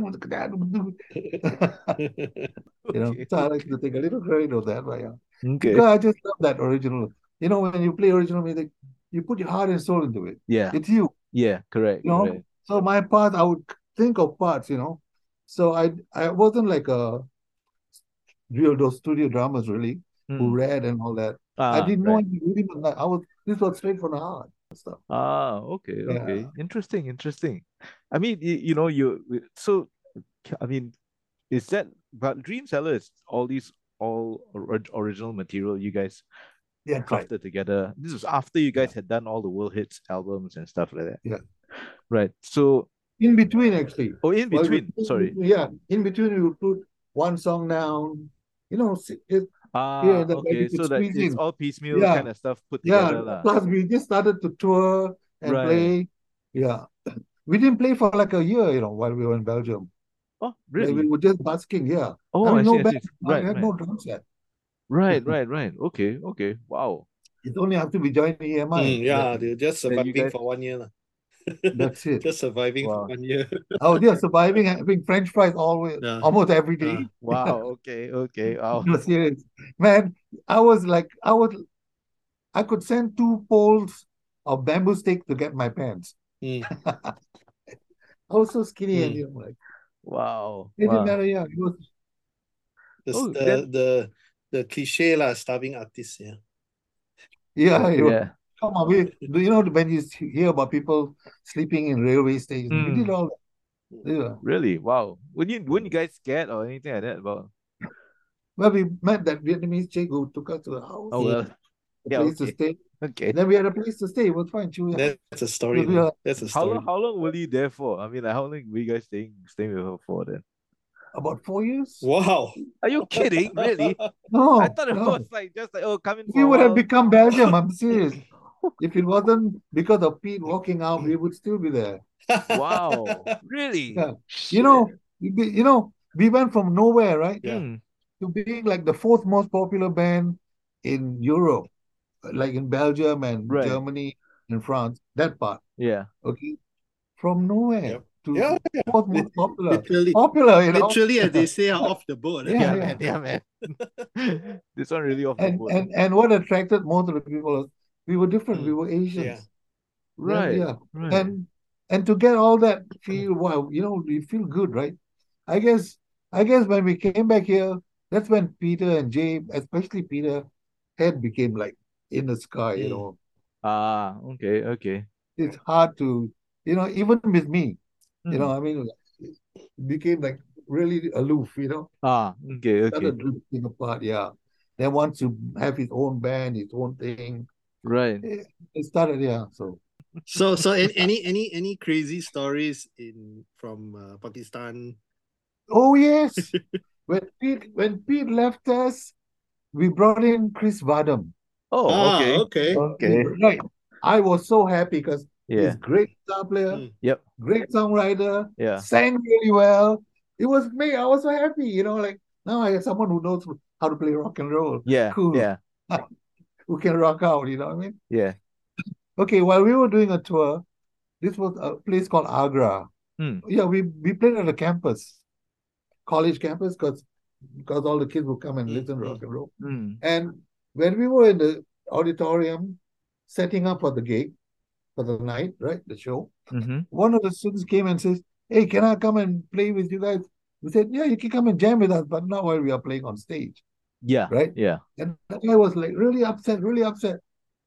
Mm, You know, Okay. so I like to take a little credit of that. But yeah. Okay. Because I just love that original. You know, when you play original music, you put your heart and soul into it. Yeah. It's you. Yeah. Correct. You know, correct. So my part, I would think of parts, you know. So I I wasn't like a real those studio dramas really, who Mm. read and all that. I Ah, didn't right. know any reading on that. I was this was straight from the heart and stuff. Ah, okay, Yeah. okay. Interesting, interesting. I mean, you, you know, you you- so c- I mean, is that but Dream Seller is all these all ori- original material you guys Yeah, right. crafted together. This was after you guys had done all the world hits albums and stuff like that. Yeah. Right. So, In between actually. oh, in While we- between, sorry. Yeah, in between we would put one song down. You know, si- it, Ah, that- that you okay. could So that squeeze it's in. all piecemeal Yeah. kind of stuff put yeah. together lah. Plus we just started to tour and Right. play. Yeah. We didn't play for like a year, you know, while we were in Belgium. Oh, Like, really? we were just busking, yeah. Oh, I mean, I no see, I band. see. I Right, had right. no drum set. Right, right, right. Okay, okay. Wow. It's only after we joined E EMI. Mm, yeah, they're just Then you surviving guys- for one year. lah. That's it. Just surviving Wow. for one year. Oh, yeah, surviving having French fries always, Yeah. almost every day. Yeah. Wow, okay, okay. Wow. No, serious. Man, I was like, I was, I could send two poles of bamboo stick to get my pants. Mm. I was so skinny and Mm. you know, like, Wow. it didn't Hmm. wow. matter. Yeah, it was, The, Oh, the, then- the the cliche lah, starving artist. Yeah. yeah, it was- Yeah. come on. We, do you know, when you hear about people sleeping in railway stations, we did Mm. all that. Yeah. Really? Wow. Were you weren't you guys scared or anything like that about Well, we met that Vietnamese chick who took us to the house, oh Mm. well. a yeah, place to okay. stay. Okay. Then we had a place to stay. It was fine. She was, That's a story. Yeah. lah. That's a How story. long how long were you there for? I mean like how long were you guys staying staying with her for then? about four years. Wow. Are you kidding? Really? No, I thought it Oh, no. was like just like oh come in for We a would have while. become Belgium. I'm serious. If it wasn't because of Pete walking out, we would still be there. Wow. Really? Yeah. You know, we be- you know, we went from nowhere, right, Yeah. Mm. to being like the fourth most popular band in Europe, like in Belgium and Right. Germany and France. That part, Yeah. okay, from nowhere Yep. to Yeah, yeah. fourth most popular, Literally, popular, you know. literally, as they say, are off the boat. eh? Yeah, Oh, Yeah, yeah. man. Yeah, man. this one really off the And boat. and and what attracted most of the people was we were different. We Mm. were Asians. Yeah, Right. yeah. Right. And and to get all that feel wow, you know, you feel good, right? I guess I guess when we came back here, that's when Peter and Jay, especially Peter, head became like in the sky, you Mm. know. ah, okay, okay. It's hard to, you know, even with me, you Mm. know, I mean, it became like really aloof, you know, Ah, okay, okay. started drifting apart, yeah. Then wants to have his own band, his own thing. Right. Ah, It started, yeah. So So, so an- any any any crazy stories in from uh, Pakistan? Oh yes. When Pete when Pete left us, we brought in Chris Vadam. Oh, ah, okay. okay. Okay. Right. I was so happy because he's Yeah. great guitar player, Mm. Yep. great songwriter, Yeah. sang really well. It was me. I was so happy, you know, like now I have someone who knows how to play rock and roll, Yeah. Cool. Yeah. who can rock out, you know what I mean? Yeah. Okay, while we were doing a tour, this was a place called Agra. Hmm. Yeah, we we played at a campus, college campus, because because all the kids would come and Mm, listen to mm. rock and roll. Mm. And when we were in the auditorium setting up for the gig for the night, right, the show, Mm-hmm. one of the students came and says, Hey, can I come and play with you guys? We said, Yeah, you can come and jam with us, but not while we are playing on stage, Yeah. right? Yeah. And that guy was like really upset, really upset.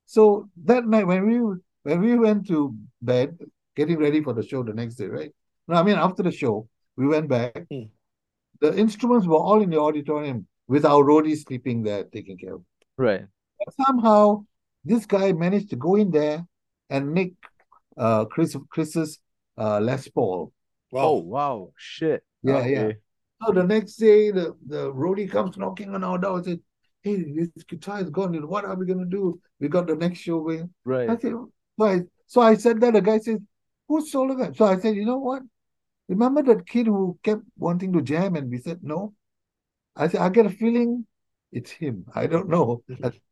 So that night when we when we went to bed, getting ready for the show the next day, right? No, I mean after the show, we went back. Mm. the instruments were all in the auditorium with our roadies sleeping there, taking care of. it. Right. But somehow, this guy managed to go in there and make uh, Chris Chris's uh, Les Paul. Oh wow. Shit. Yeah, Okay. yeah. So the next day, the, the roadie comes knocking on our door and says, Hey, this guitar is gone. What are we going to do? We got the next show going. I Right. said, so I, so I said that. The guy says, Who sold the guy? So I said, You know what? Remember that kid who kept wanting to jam? And we said, No. I said, I get a feeling it's him. I don't know.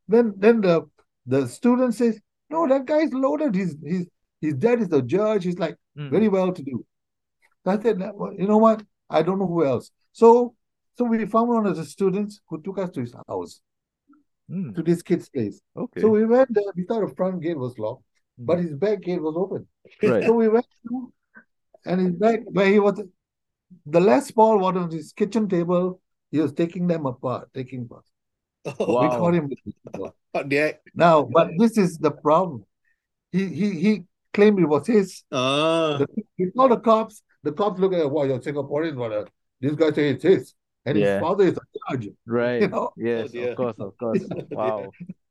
then then the the student says, No, that guy's loaded. He's, he's, his dad is a judge. He's like, Mm. very well to do. I said, you know what? I don't know who else. So, so we found one of the students who took us to his house, Mm. to this kid's place. Okay. So we went there. We thought the front gate was locked, but Mm. his back gate was open. right. So we went through, and his back where he was, the last ball was on his kitchen table. He was taking them apart, taking apart. Wow. We caught him. with the apart. Yeah. Now, but this is the problem. He he he claimed it was his Ah. The- He called the cops. The cops look at him, wow, you're Singaporean, but uh, this guy says it's his. And Yeah. his father is a judge, Right. you know. Yes, dear. of course, of course. wow.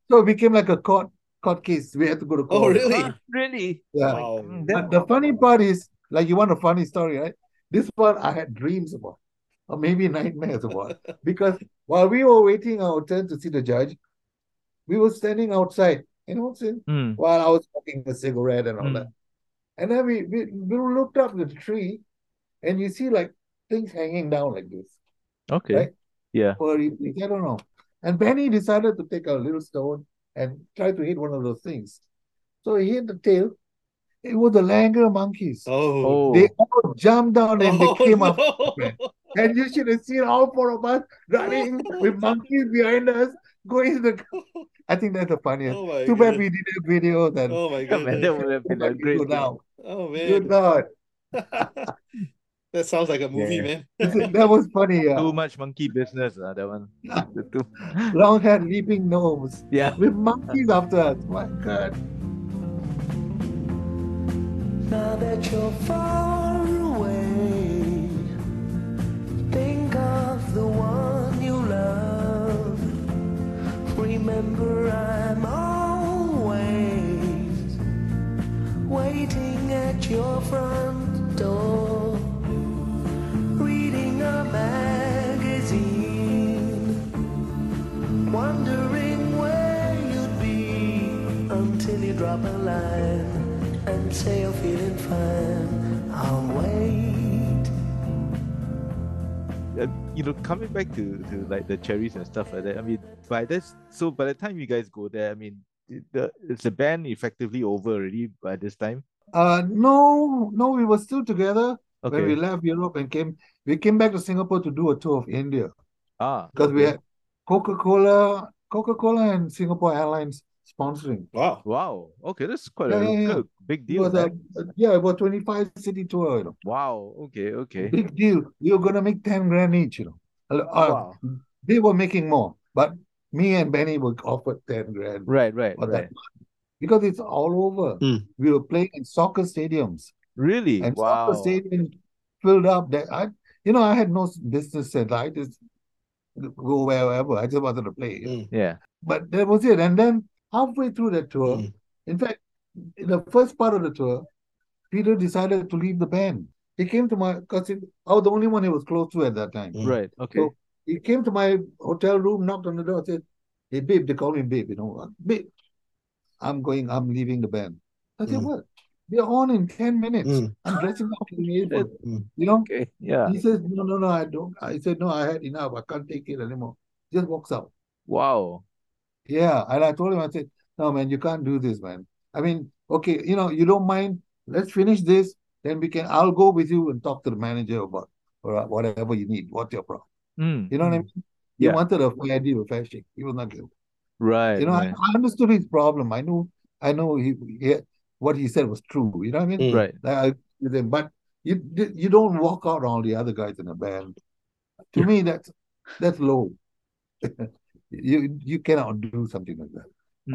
So it became like a court court case. We had to go to court. Oh, really? Ah, really? Yeah. Wow. Mm, But that- the funny part is, like you want a funny story, right? This one I had dreams about, or maybe nightmares about. because while we were waiting our turn to see the judge, we were standing outside, you know, saying, Mm, while I was smoking a cigarette and all Mm. that. And then we, we we looked up the tree, and you see like things hanging down like this Okay. Right? Yeah. for evening. I don't know. And Benny decided to take a little stone and try to hit one of those things. So he hit the tail. It was the langur monkeys. Oh. Oh. They all jumped down and Oh, they came up. no. And you should have seen all four of us running with monkeys behind us going to the. Oh I think that's the funniest. Oh my Too bad goodness. we did a video then. Oh my Yeah, goodness. man, that would have been a But great you thing. now. Oh You man. know, that sounds like a movie, Yeah. man. that was funny. Yeah. Too much monkey business, uh, that one. The two- Long haired leaping gnomes yeah. with monkeys after us. My God. Now that you're far away, think of the one you love. Remember, I'm always waiting at your front door, reading a magazine, wondering where you'd be until you drop a line and say you're feeling fine. I'll wait. Uh, you know, coming back to, to like the cherries and stuff like that. I mean, by this, so by the time you guys go there, I mean, it- the is the band effectively over already by this time? Uh, no, no, we were still together when we Okay. left Europe and came. We came back to Singapore to do a tour of India Ah. because we okay. had Coca Cola, Coca Cola, and Singapore Airlines sponsoring. Wow. Wow. Okay, that's quite Yeah, a yeah, yeah. good- big It deal. was a, man. uh, yeah, it was 25 city tour, you know. Wow. Okay. Okay. Big deal. You're gonna make 10 grand each, you know. Uh, Wow. they were making more, but me and Benny were offered 10 grand Right. Hmm. Right. for Right. that because it's all over. Mm. We were playing in soccer stadiums, Really? and soccer Wow. stadiums filled up. That I, you know, I had no business sense. I just go wherever. I just wanted to play. Mm. Yeah. But that was it. And then halfway through that tour, Mm. in fact, in the first part of the tour, Peter decided to leave the band. He came to my because I was the only one he was close to at that time. Mm. Right. Okay. So he came to my hotel room, knocked on the door, said, Hey, babe, they call me babe, you know, "Uh, babe, I'm going, I'm leaving the band. I said, Mm. What? They're on in 10 minutes. Mm. I'm dressing up in the airport, Mm. you know? Okay. Yeah. He says, No, no, no, I don't. I said, No, I had enough. I can't take it anymore. Just walks out. Wow. Yeah. And I told him, I said, No, man, you can't do this, man. I mean, okay, you know, you don't mind. Let's finish this. Then we can, I'll go with you and talk to the manager about or whatever you need. What's your problem? Mm. You know what I mm. mean? He Yeah. wanted a fair deal, fair shake. He was not giving. Right. You know, I, Right. I understood his problem. I knew, I know he, he what he said was true. You know what I mean? Mm. Right. Like, I, with him, but you d- you don't walk out on all the other guys in the band. To me, that's that's low. You you cannot do something like that.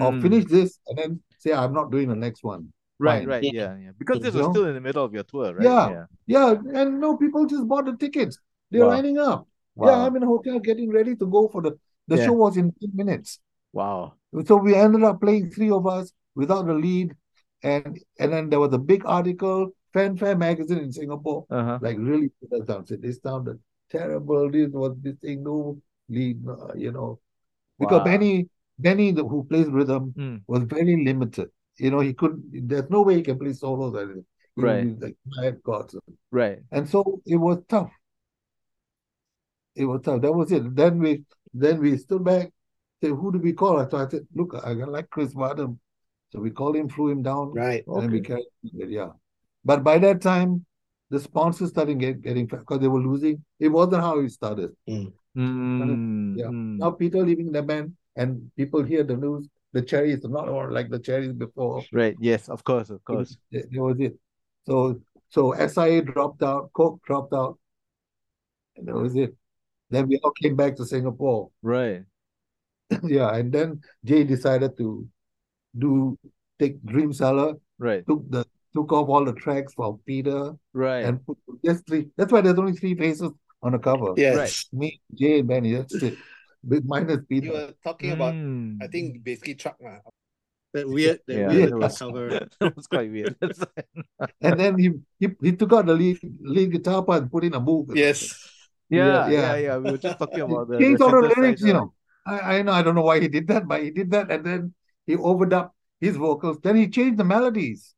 Or Mm. finish this and then say I'm not doing the next one. Right. Fine. Right. Mm. Yeah. Yeah. Because Mm. this You was know? still in the middle of your tour, right? Yeah. Yeah, and no, people just bought the tickets. They're Wow. lining up. Yeah, Wow. I'm in a hotel getting ready to go for the the Yeah. show was in 10 minutes. Wow. So we ended up playing three of us without a lead. And and then there was a big article, Fanfare magazine in Singapore, Uh-huh. like really put us down. Said this sounded terrible. This was this thing, no lead, uh, you know. Because Wow. Benny, Benny, the, who plays rhythm, Mm. was very limited. You know, he couldn't. There's no way he can play solos or anything. He would Right. be like five chords. Right. And so it was tough. It was tough. That was it. Then we then we stood back, said, who do we call? So I said, look, I I like Chris Bottom. So we called him, flew him down, Right. and then we Okay. carried it, yeah. But by that time, the sponsors started get, getting because they were losing. It wasn't how it started. Mm, Yeah. mm. Now Peter leaving the band and people hear the news, the cherries are not all like the cherries before. Right. Yes. Of course. Of course. That that was it. So so SIA dropped out, Coke dropped out, and that was it. Then we all came back to Singapore. Right. yeah, and then Jay decided to do take Dream Seller, Right. took the took off all the tracks from Peter Right. and put just three. That's why there's only three faces on the cover. Yes. Me, Jay, and Benny. That's it. With minus You Peter. were talking about, Mm. I think, basically truck. lah. That weird, that Yeah, weird that was- cover. that was quite weird. That's like- And then he, he he took out the lead lead guitar part and put in a book. Yes. yeah, yeah, yeah, yeah. We were just talking about the, He the thought of lyrics, synthesizer. you know. I, I know I don't know why he did that, but he did that, and then he overdubbed his vocals. Then he changed the melodies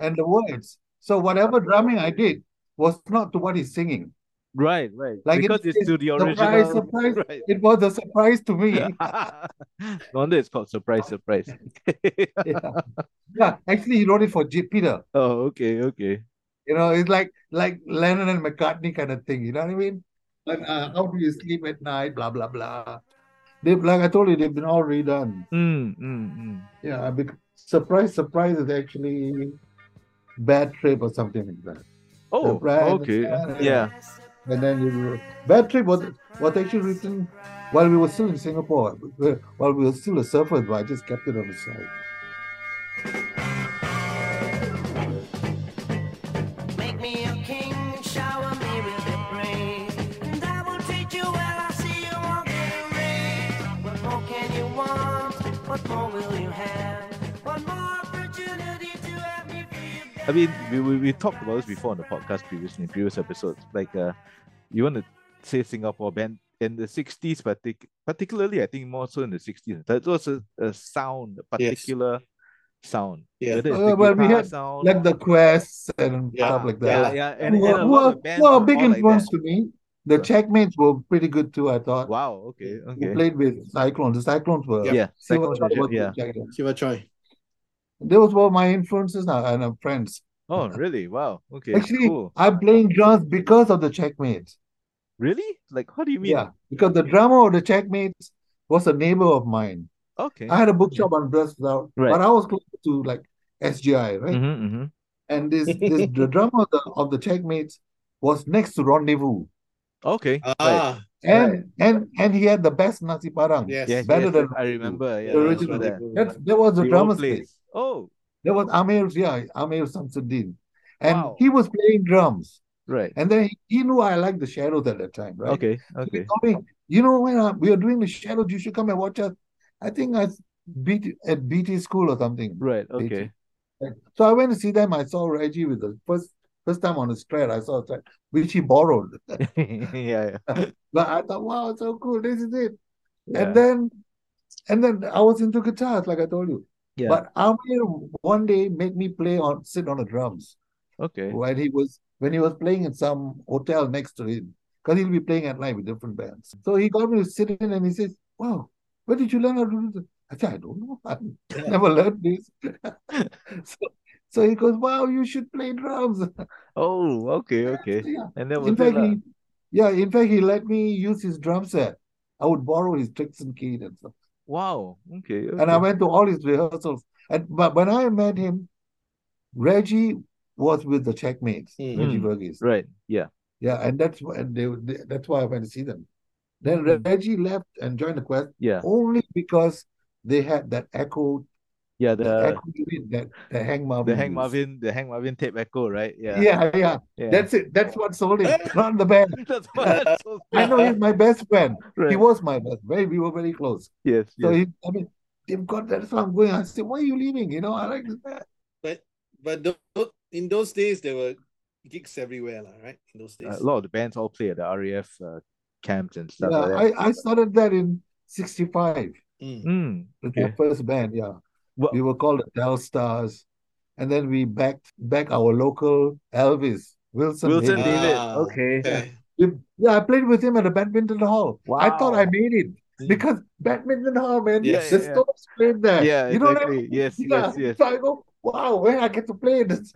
and the words. So whatever drumming I did was not to what he's singing. Right, right. Like in because this it's to the original. Surprise, surprise! Right. It was a surprise to me. no wonder it's called surprise, surprise. yeah. yeah, actually, he wrote it for J- Peter. oh, okay, okay. You know, it's like like Lennon and McCartney kind of thing. You know what I mean? Like, uh, how do you sleep at night? Blah blah blah. They've like I told you, they've been all redone. Mm, mm, mm. Yeah, I bec- surprise, surprise is actually bad trip or something like that. Oh, Surprise, okay. surprise. Yeah. And then you do- bad trip was was actually written while we were still in Singapore, wh- while we were still a surfer, but I just kept it on the side. Make me a king and shower me with your praise. And I will treat you well, I see you won't get a raise. What more can you want? What more will you have? One more opportunity to have me feel I mean, we, we, we talked about this before on the podcast previously, in previous episodes. Like, uh, you want to say Singapore band in the 60s, partic- particularly, I think more so in the 60s. That was a, a sound, a Yes. particular sound. Yeah. Whether it's Uh, the well, we guitar had, sound, Like the Quests and Yeah, stuff like yeah, that. yeah, and, who and were, a who lot were, of who bands were a were big all like influence that. to me. The Checkmates were pretty good too, I thought. Wow, okay, Who okay, played with Cyclones? The Cyclones were. yeah, they second were- treasure, yeah. Checkmates. Give a try. Those were my influences now and uh, friends. Oh, really? Wow, okay, Actually, cool. I'm playing drums because of the checkmates. Really? Like, how do you mean? Yeah, because the drummer of the checkmates was a neighbor of mine. Okay. I had a bookshop on Breslau, Mm-hmm. Right. but I was close to like SGI, right? Mhm, mhm. And this, this the drummer of the, of the checkmates was next to Rendezvous, Okay. right. Ah, and and and he had the best nasi padang. yes. Yes, better yes, than yes, I remember. Yeah, the I remember original. that. That's, that was the The drummer old place. space. Oh, There was Amir, yeah, Amir Samsuddin, and Wow. he was playing drums. right. And then he, he knew I liked the shadows at that time, right? Okay. He Okay. told me, you know, when I, we are doing the shadows, you should come and watch us. I think I s- BT, at BT school or something. Right. They Okay. did. So I went to see them. I saw Reggie with the first first time on his trail. I saw a trail, which he borrowed. yeah. yeah. but I thought, wow, so cool. This is it. Yeah. And then, and then I was into guitars, like I told you. Yeah. But Amir one day made me play on sit on the drums okay. when he was when he was playing in some hotel next to him because he'll be playing at night with different bands. So he got me to sit in and he says, "Wow, where did you learn how to do this?" I said, "I don't know. I never learned this." so, so he goes, "Wow, you should play drums." Oh, okay. Okay. Yeah. And that was In it. fact, lah. he, yeah, in fact, he let me use his drum set. I would borrow his tricks and keys and stuff. Wow. Okay. And I okay. went to all his rehearsals. And but when I met him, Reggie was with the Checkmates, Mm. Reggie Mm. Verghese. Right. Yeah. Yeah, and that's why and they, they that's why I went to see them. Then Mm. Reggie left and joined the Quest Yeah. only because they had that echo Yeah, the Echo Unit, that the Hang Marvin. the Hank used. Marvin, the Hank Marvin tape echo, right? Yeah. Yeah, yeah. yeah. That's it. That's what sold him. Not the band. That's what that's so I know he's my best friend. right. He was my best friend. We were very close. Yes, So yes. he, I mean, they've got that song going. I said, why are you leaving? You know, I like this band. But tho- tho- in those days, there were gigs everywhere, lah, right? Uh, In those days. Uh, a lot of the bands all play at the RAF uh, camps and stuff Yeah, like that. I, I started that in 65. Mm. Mm. with Okay. my first band, yeah. Well- we were called the Dell Stars. And then we backed back our local Elvis, Wilson. Wilson Hayden. David. Ah, okay. okay. We- Yeah, I played with him at a badminton hall. I thought I Wow. made it because badminton hall, man, Yeah, the yeah, yeah. stores played there. Yeah, you know what I mean? exactly. Yes, Yeah. yes, yes. So I go, wow, when I get to play this,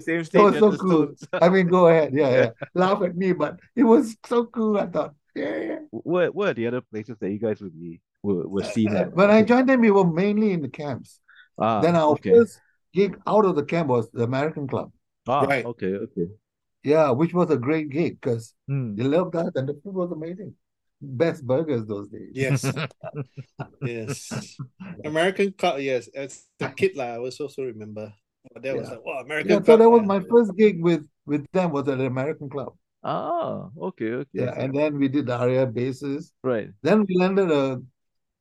same That was stage as so the cool. Stones. I mean, go ahead, yeah, yeah, laugh at me, but it was so cool. I thought, yeah, yeah. Where, where are the other places that you guys would be were, were seen Uh, at? When I joined them, we were mainly in the camps. ah, Then our okay. first gig out of the camp was the American Club. ah, Right. okay, okay. Yeah, which was a great gig because Hmm. they loved us and the food was amazing. Best burgers those days. Yes. yes. American Club, yes. As the kid, lah, I was also remember. But that was Yeah. like, wow, American Yeah, so Club. that was yeah. my first gig with with them was at the American Club. Ah, okay, okay. Yeah, and then we did the area bases. right. Then we landed a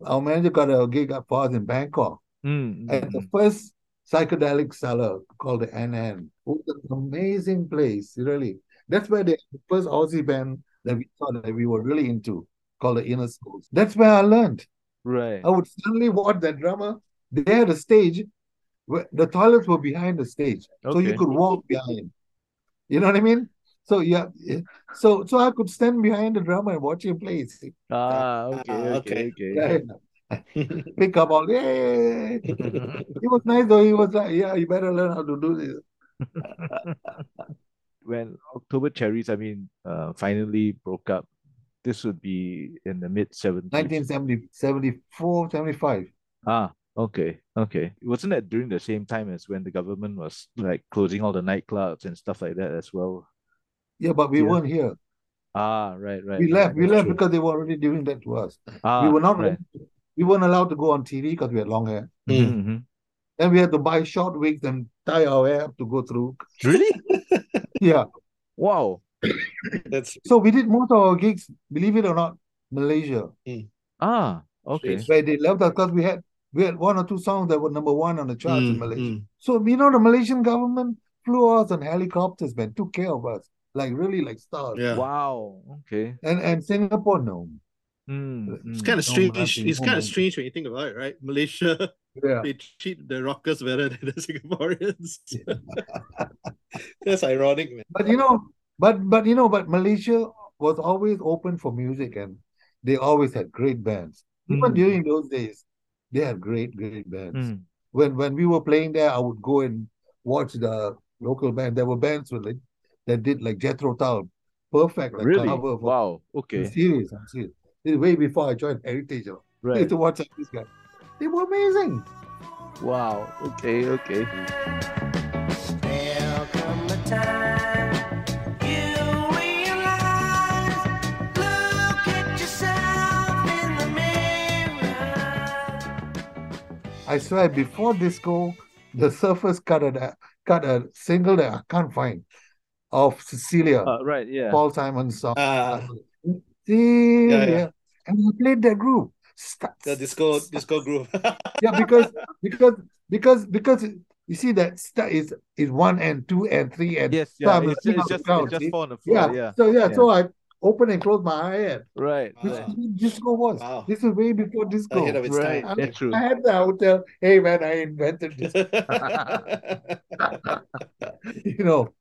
our manager got a gig up for us in Bangkok Mm, mm, at the Mm-hmm. mm. first psychedelic cellar called the NN. It was an amazing place, really. That's where the first Aussie band that we saw that we were really into called the Inner Schools. That's where I learned. Right. I would suddenly watch that drama. They had a stage where the toilets were behind the stage, so you Okay. could walk behind. You know what I mean? So yeah, yeah. so so I could stand behind the drama and watch him play. see. Ah, okay, Ah, okay, okay. Yeah, yeah. Pick up all. Yeah, he was nice though. He was like, yeah, you better learn how to do this. When October Cherries, I mean, uh, finally broke up, this would be in the mid 70s. 1970, 74, 75. Ah, okay, okay. Wasn't that during the same time as when the government was like closing all the nightclubs and stuff like that as well? Yeah, but we Yeah. weren't here. Ah, right, right. We right, left. We that's left true. because they were already doing that to us. Ah, we were not. right. We weren't allowed to go on TV because we had long hair. Mm. Mhm, mhm. Then we had to buy short wigs and tie our hair up to go through. Really? Yeah. Wow. That's So we did most of our gigs, believe it or not, Malaysia. Ah, okay. Where they loved us because we had we had one or two songs that were number one on the charts in Mm, Malaysia. mm. So you know the Malaysian government flew us on helicopters, man, took care of us. Like really like stars. Yeah. Wow. Okay. And and Singapore, no. Mm, It's mm. kind of No strange. Malays, It's no kind of Malays. strange when you think about it, right? Malaysia, Yeah. they treat the rockers better than the Singaporeans. That's ironic, man. But you know, but but you know, but Malaysia was always open for music and they always had great bands. Even Mm. during those days, they had great, great bands. Mm. when when we were playing there, I would go and watch the local band. There were bands with like, that did like Jethro Tull, perfect like Really? cover for Wow. I'm Okay. serious. I'm serious. This is way before I joined Heritage, you know. I used Right. to watch this guy. They were amazing. Wow. Okay. Okay. There'll come a time you realize. Look at yourself in the mirror. I swear, before disco, the surfers cut a cut a single that I can't find of Cecilia, Uh, right. Yeah. Paul Simon's song. Ah, Cecilia, yeah. and we played that group. Sta- the disco disco groove. yeah because because because because you see that star is is one and two and three and Yes. so Yeah. I'm It's, looking it's on the just ground, it's just see? four on the yeah. floor. Yeah. so yeah, yeah. Oh, so i open and close my eye and Right. which Ah. is what disco was Wow. this is way before Oh, disco Ahead of its Right. time. That's true. i had the hotel hey man i invented this you know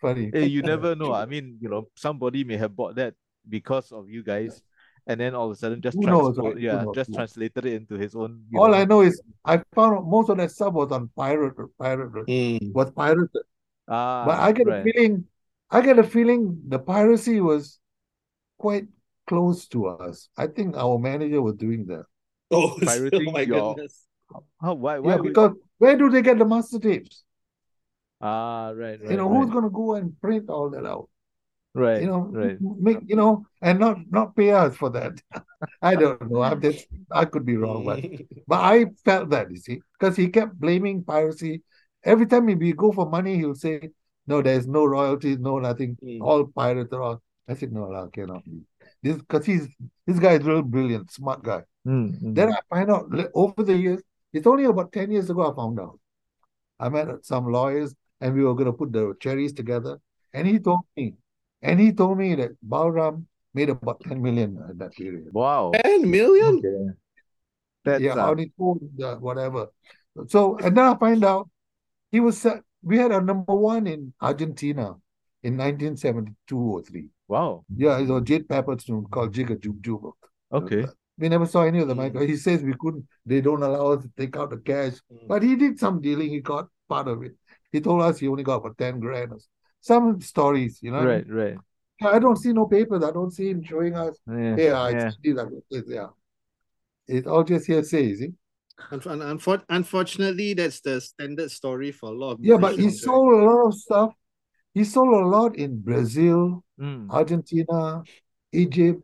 funny Hey, Eh, you never know. I mean, you know, somebody may have bought that because of you guys, and then all of a sudden just Who knows, transpo- right? Who yeah, knows, just yeah. translated it into his own. you all know. i know is i found out most of that stuff was on pirate pirate Mm. was pirated Ah, But I get a right. feeling, I get a feeling the piracy was quite close to us. I think our manager was doing that. Oh, Pirating oh my your- goodness. How? Why? Why? Yeah, would- because where do they get the master tapes? ah, right, right. You know, right. who's gonna go and print all that out? Right. you know right. make you know and not not pay us for that i don't know i'm just i could be wrong but but i felt that you see because he kept blaming piracy every time we go for money he'll say no there's no royalties no nothing Hmm. Mm. all pirates are all i said no lah, cannot be this because he's this guy is real brilliant smart guy Mm, mm. then i find out li- over the years it's only about 10 years ago i found out i met some lawyers and we were going to put the cherries together and he told me and he told me that Balram made about 10 million at that period Wow. 10 million? Okay. That's yeah, uh, how they told the whatever. So and then I find out he was se- we had a number one in Argentina in 1972 or three. wow. Yeah, it was Jade Pepper's room called Jigga Jub Jub. Okay. We never saw any of the Mm. Hmm. micro. He says we couldn't. They don't allow us to take out the cash, Mm. but he did some dealing. He got part of it. He told us he only got about ten grand. or s- Some stories, you know. what I Right. Right. mean? I don't see no papers. I don't see him showing us. Yeah. Hey, I yeah. did that. Yeah, it's all just hearsay, is it? Unf- un- unfor- unfortunately, that's the standard story for a lot of Yeah, but he musicians, right? sold a lot of stuff. He sold a lot in Brazil, Mm. Argentina, Egypt,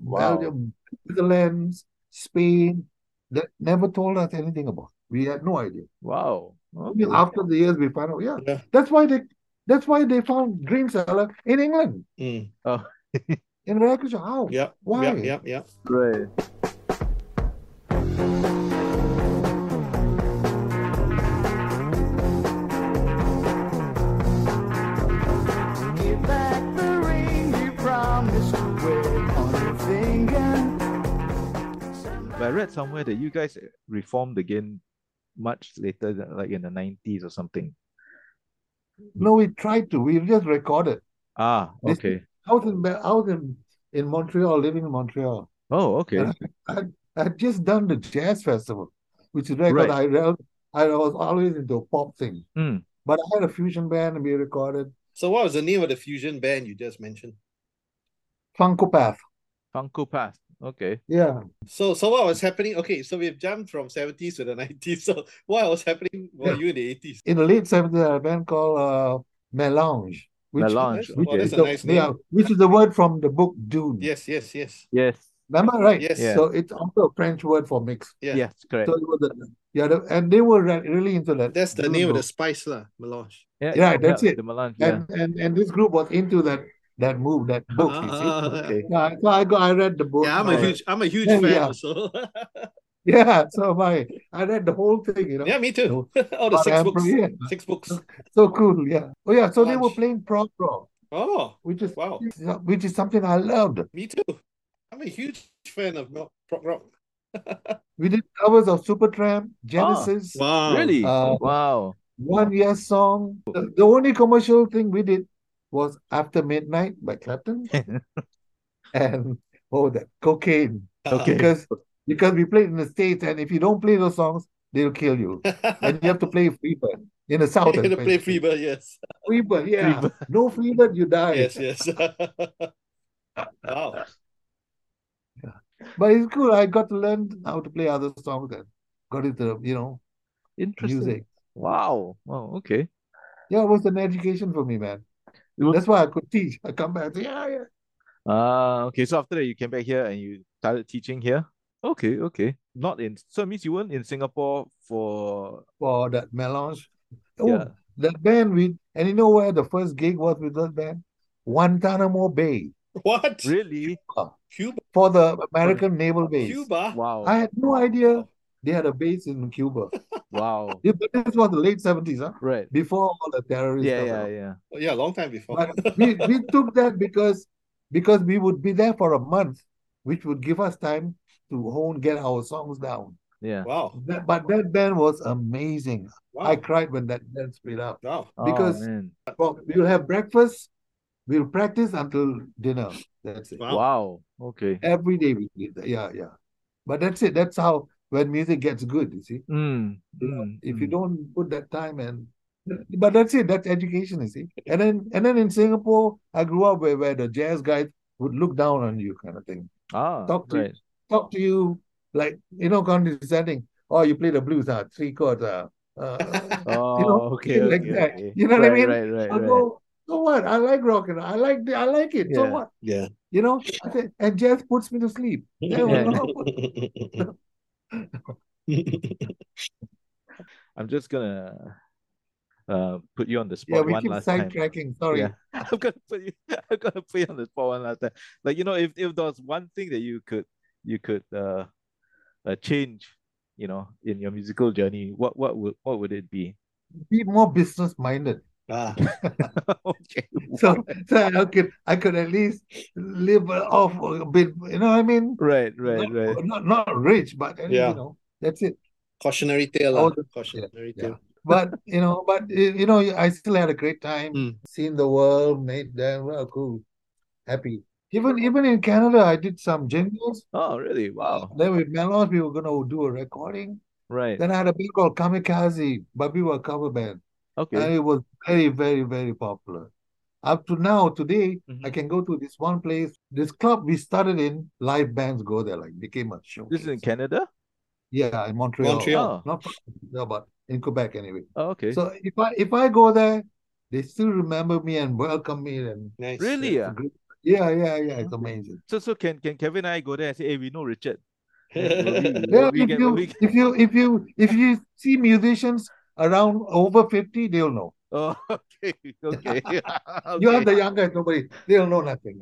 Wow. Belgium, Netherlands, Spain. That never told us anything about. We had no idea. Wow. Only Okay. after the years we found out. Yeah, Yeah. that's why they. That's why they found Dream Seller in England Mm. in Veracruz. How? Yeah. Why? Yeah. Yeah. Yeah. Right. Give back the ring you promised to wear on your finger. But I read somewhere that you guys reformed again much later, than- like in the nineties or something. No, we tried to. We just recorded. Ah. This- Okay. I was in. Be- I was in in Montreal, living in Montreal. Oh. Okay. Yeah. I had just done the jazz festival, which is where Right. I rel- I was always into a pop thing. Mm. But I had a fusion band and we recorded So, what was the name of the fusion band you just mentioned? Funkopath. Funko Pass. Okay. Yeah. So, so what was happening? Okay, so we've jumped from seventies to the nineties. So, what was happening while you in the eighties? In the late 70s, I had a band called uh, Melange, which, Melange. Well, which, Okay. is Oh, that's a the, nice yeah, name. which is the word from the book Dune. Yes, yes, yes, Yes. Remember, right? yes. Yeah. So it's also a French word for mix. Yeah. Yes. Correct. So it was a, yeah, the, and they were re- really into that. That's the Dune name of the book. spice, lah, Melange. Yeah. Yeah, that's it. The Melange. Yeah. And, and and this group was into that that move, that book, you see. okay. Yeah, I- so I go. I read the book. Ah. Yeah, I'm I a read- huge, I'm a huge Yeah, fan. yeah. Also, Yeah, so my I read the whole thing, you know. yeah, me too. All the About six Emperor, books, yeah. six books. So cool, yeah. Oh yeah, so they were Lunch. playing prog rock, Oh, which is wow, which is something I loved. me too. I'm a huge fan of Mel- prog rock. We did covers of Supertramp, Genesis, Wow, Really? uh, wow. One Year Song. The, the only commercial thing we did was After Midnight by Clapton and oh that cocaine. Uh, Okay. Because because we played in the States and if you don't play those songs, they'll kill you. And you have to play Freebird in the South. to play especially. Freebird, yes. Freebird, yeah. Freebird. No Freebird, you die. Yes, yes. wow. But it's cool. I got to learn how to play other songs and got into, you know, Interesting. music. Wow. Wow. Okay. Yeah, it was an education for me, man. It was- That's why I could teach. I come back and say, yeah, yeah. Ah, okay. So after that, you came back here and you started teaching here. Okay, okay. Not in so it means you weren't in Singapore for For that melange. Oh, yeah. that band we and you know where the first gig was with that band? Guantanamo Bay What? Really? Cuba? for the American Naval Base. Cuba? Wow. I had no idea they had a base in Cuba. Wow. Yeah, but This was the late 70s, huh? Right. Before all the terrorist Yeah, stuff and yeah, all. yeah. Oh, yeah, long time before. But we, we took that because because we would be there for a month, which would give us time to hone get our songs down. Yeah. Wow. That- but that band was amazing. Wow. I cried when that band split up. wow. Oh, Because- man. Well, we'll have breakfast, we'll practice until dinner. That's it. Wow. Wow. Okay. Every day we did that. Yeah, yeah. But that's it. That's how when music gets good, you see. Mm, You know, mm, If you mm. don't put that time and but that's it, that's education, you see. And then and then in Singapore, I grew up where, where the jazz guys would look down on you kind of thing. Ah, talk to you. right. Talk to you like you know, condescending. Oh, you play the blues, huh? Three chords, huh? Uh, Oh, you know, okay, like okay, that. Oh, okay. You know what I Right, mean? right, right, I'll right. go, So what? I like rock and I like the, I like it. So Yeah. what? Yeah. You know? I said, and jazz puts me to sleep. There we Yeah. go. I'm just gonna uh put you on the spot yeah, we one keep last time. sidetracking. Sorry. Yeah. I'm gonna put you I'm gonna put you on the spot one last time. Like you know, if if there was one thing that you could you could uh, uh change, you know, in your musical journey, what what would what would it be? Be more business minded. ah, okay. So, so I could I could at least live off a bit. You know what I mean? Right, right, not, right. Not not rich, but uh, Yeah. you know that's it. cautionary tale. I lah, was- cautionary yeah. tale. But you know, but y- you know, I still had a great time. Hmm. Mm. Seen the world, made them well, cool, happy. Even even in Canada, I did some jingles. Oh really? Wow. Then with Melos, we were gonna do a recording. Right. Then I had a band called Kamikaze, but we were a cover band, and Okay. it was very, very, very popular. Up to now, today, I Mm-hmm. Mhm. can go to this one place, this club we started in. Live bands go there, like became a show. This is in Canada? Yeah, in Montreal. Montreal. Oh, Not Montreal, but in Quebec anyway. oh, okay. So if I if I go there, they still remember me and welcome me and Nice. Really? it's a Yeah. great- yeah, yeah, yeah, it's Okay. amazing. So so can can Kevin and I go there and say, hey, we know Richard. Yeah, Yeah. if we get- you we get- if you if you if you see musicians around over 50, they'll know. Oh, okay, okay. You are Okay. the youngest, nobody, they'll know nothing.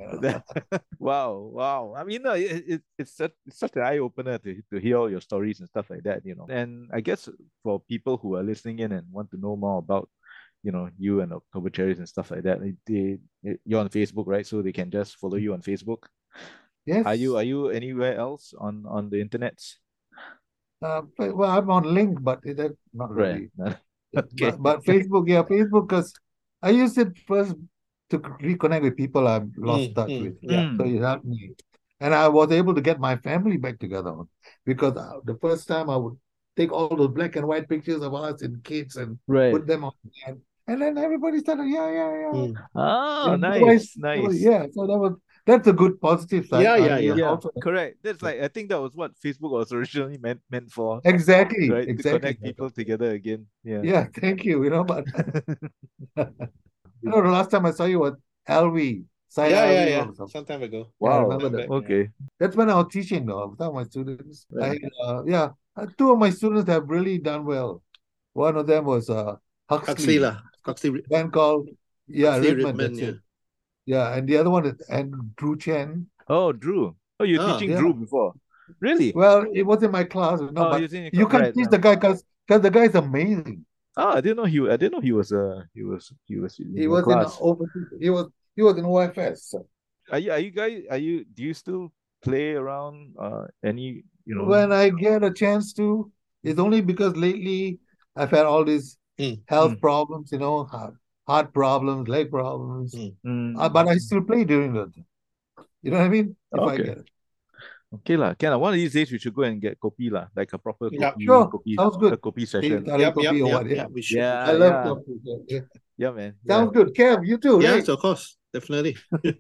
Wow, wow. I mean, no, it, it, it's such it's such an eye opener to to hear all your stories and stuff like that, you know. And I guess for people who are listening in and want to know more about, you know, you and October Cherries and stuff like that, they, they you're on Facebook, right? So they can just follow you on Facebook. Yes. Are you are you anywhere else on on the internet? Uh, but- well, I'm on Link, but it, that not really. Right. Okay. But, but Facebook, yeah, Facebook, because I used it first to reconnect with people I've lost Mm, touch mm, with. Yeah. So Mm. it helped me. And I was able to get my family back together on- because I- the first time I would take all those black and white pictures of us and kids and Right. put them on. And, and then everybody started, yeah, yeah, yeah. Mm. Oh, And nice, otherwise- nice. Yeah, so that was that's a good positive side. Yeah, I yeah, mean, yeah, also- correct. That's like I think that was what Facebook was originally meant meant for, exactly, right? To exactly. connect people together again. Yeah. Yeah, thank you. You know, but you know, the last time I saw you was Alvi, Sai Yeah, yeah, Alvi yeah. or something. Some time ago. I Wow. remember that. Back, yeah. Okay. That's when I was teaching though. Some of my students, Right. I, uh, yeah, uh, two of my students have really done well. One of them was uh, Huxley Huxley, lah. Huxley. Ri- band called yeah Huxley Ridman. Ridman, That's yeah. it. Yeah, and the other one is and Drew Chen. Oh, Drew. Oh, you're Ah. teaching Yeah. Drew before. Really? Well, it was in my class, you know, oh, but you're teaching you can right, teach right. the guy because the guy is amazing. Oh, I didn't know he. I didn't know he was. Uh, he was. He was in He your was class. in overseas. He was he was in OFS. so. Are you? Are you guys? Are you? Do you still play around? Uh, any? You know. When I get a chance to, it's only because lately I've had all these Mm, health mm. problems, you know, heart, heart problems, leg problems. Mm. Mm. Uh, but I still play during the day. You know what I mean? If I Okay. get it. Okay lah, can lah. One of these days we should go and get kopi lah, like a proper Yeah. kopi, Sure, kopi, sounds good. a kopi Teh session. tarik Yep, kopi yep, or yep, what, yeah. yep. We should. Yeah, I love Uh, yeah, coffee. yeah, yeah. yeah, man. Sounds good. Kev, you too, Yes, right? of course. Definitely. yeah.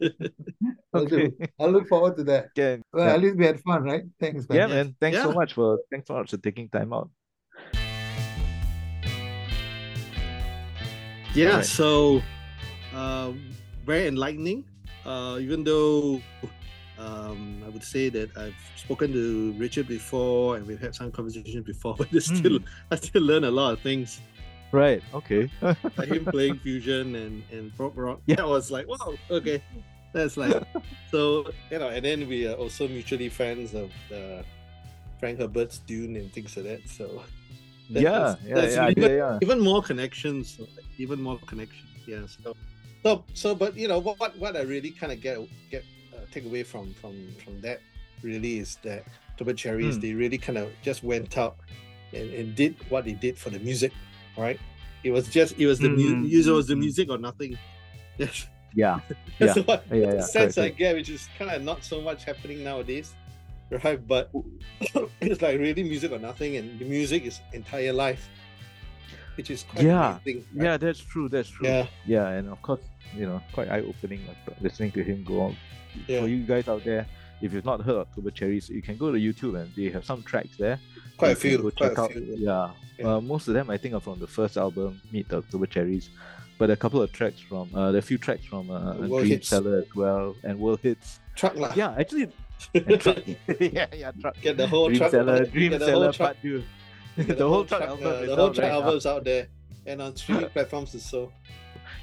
Will Okay. do. I look forward to that. Can. Well, Yeah. at least we had fun, right? Thanks, man. Yeah, man. Thanks so Yeah. much for thanks so much for taking time out. yeah Right. so uh, very enlightening uh, even though um, i would say that i've spoken to richard before and we've had some conversations before but there's still i still learn a lot of things Right. Okay. like him playing fusion and and prog rock Yeah. yeah i was like wow okay that's like so you know and then we are also mutually friends of uh, frank herbert's dune and things like that so that- yeah, that's- yeah, that's yeah, really- yeah, yeah. even more connections even more connections yeah so so so but you know what what, what i really kind of get get uh, take away from from from that really is that October cherries Hmm. they really kind of just went out and, and did what they did for the music right it was just it was the Hmm. mu- it was the Hmm. music or nothing yes Yeah. that's what Yeah, the yeah, sense i correct, get which is kind of not so much happening nowadays right but it's like really music or nothing and the music is entire life which is quite Yeah. amazing, right? Yeah, that's true. That's true. Yeah, Yeah, and of course, you know, quite eye opening like, listening to him go on. Yeah. For you guys out there, if you've not heard October Cherries, you can go to YouTube and they have some tracks there. quite a you can few, go quite check a out. few. Yeah. Yeah. Uh, most of them I think are from the first album, Meet the October Cherries. but a couple of tracks from uh, there are a few tracks from uh, World Dream Hits. Seller as well and World Hits. Truck lah. Yeah, actually, and truck. yeah, yeah, truck. Get the whole Dream truck. Seller, get Dream the whole Seller truck- Part Two. get the, whole truck album. uh, is the whole out truck right now. album's out there, and on streaming platforms as so.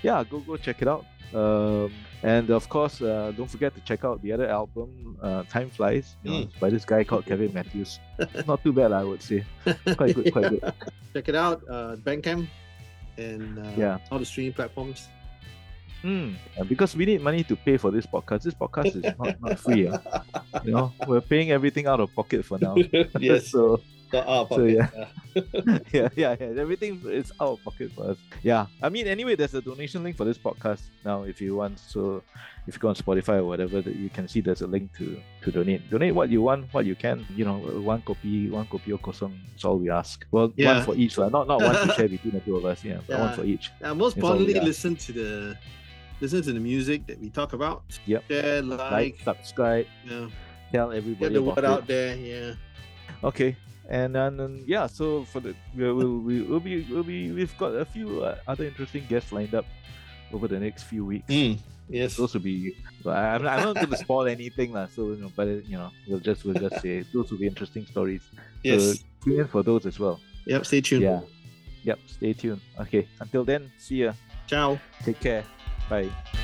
yeah, go go check it out. Um, and of course, uh, don't forget to check out the other album, uh, Time Flies, you know, Mm. it's by this guy called Kevin Matthews. Not too bad, I would say. Quite good, quite good. Check it out, uh, Bandcamp, and uh, Yeah. all the streaming platforms. Mm. Uh, Because we need money to pay for this podcast. This podcast is not, not free. ah. You know, we're paying everything out of pocket for now. yes, so the R So, pocket, yeah. yeah. yeah, yeah, yeah. Everything is out of pocket for us. Yeah. I mean, anyway, there's a donation link for this podcast now if you want. So if you go on Spotify or whatever, that you can see there's a link to to donate. Donate what you want, what you can. You know, one copy, one copy of kosong is all we ask. Well, Yeah. one for each, lah. Not not one to share between the two of us. Yeah, but one Yeah. for each. Uh, most It's all we importantly, are. listen to the listen to the music that we talk about. Yep. Share, Like, like, subscribe, yeah, tell get everybody the about word it. out there. Yeah, Okay, and then um, yeah, so for the we will we will be we'll be we've got a few uh, other interesting guests lined up over the next few weeks. yes. Those will be. But I- I'm not, I'm not going to spoil anything lah. So you know, but uh, you know, we'll just we'll just say those will be interesting stories. Yes. So tune in for those as well. yep. Stay tuned. Yeah. Yep. Stay tuned. Okay. Until then, see ya. Ciao. Take care. Bye.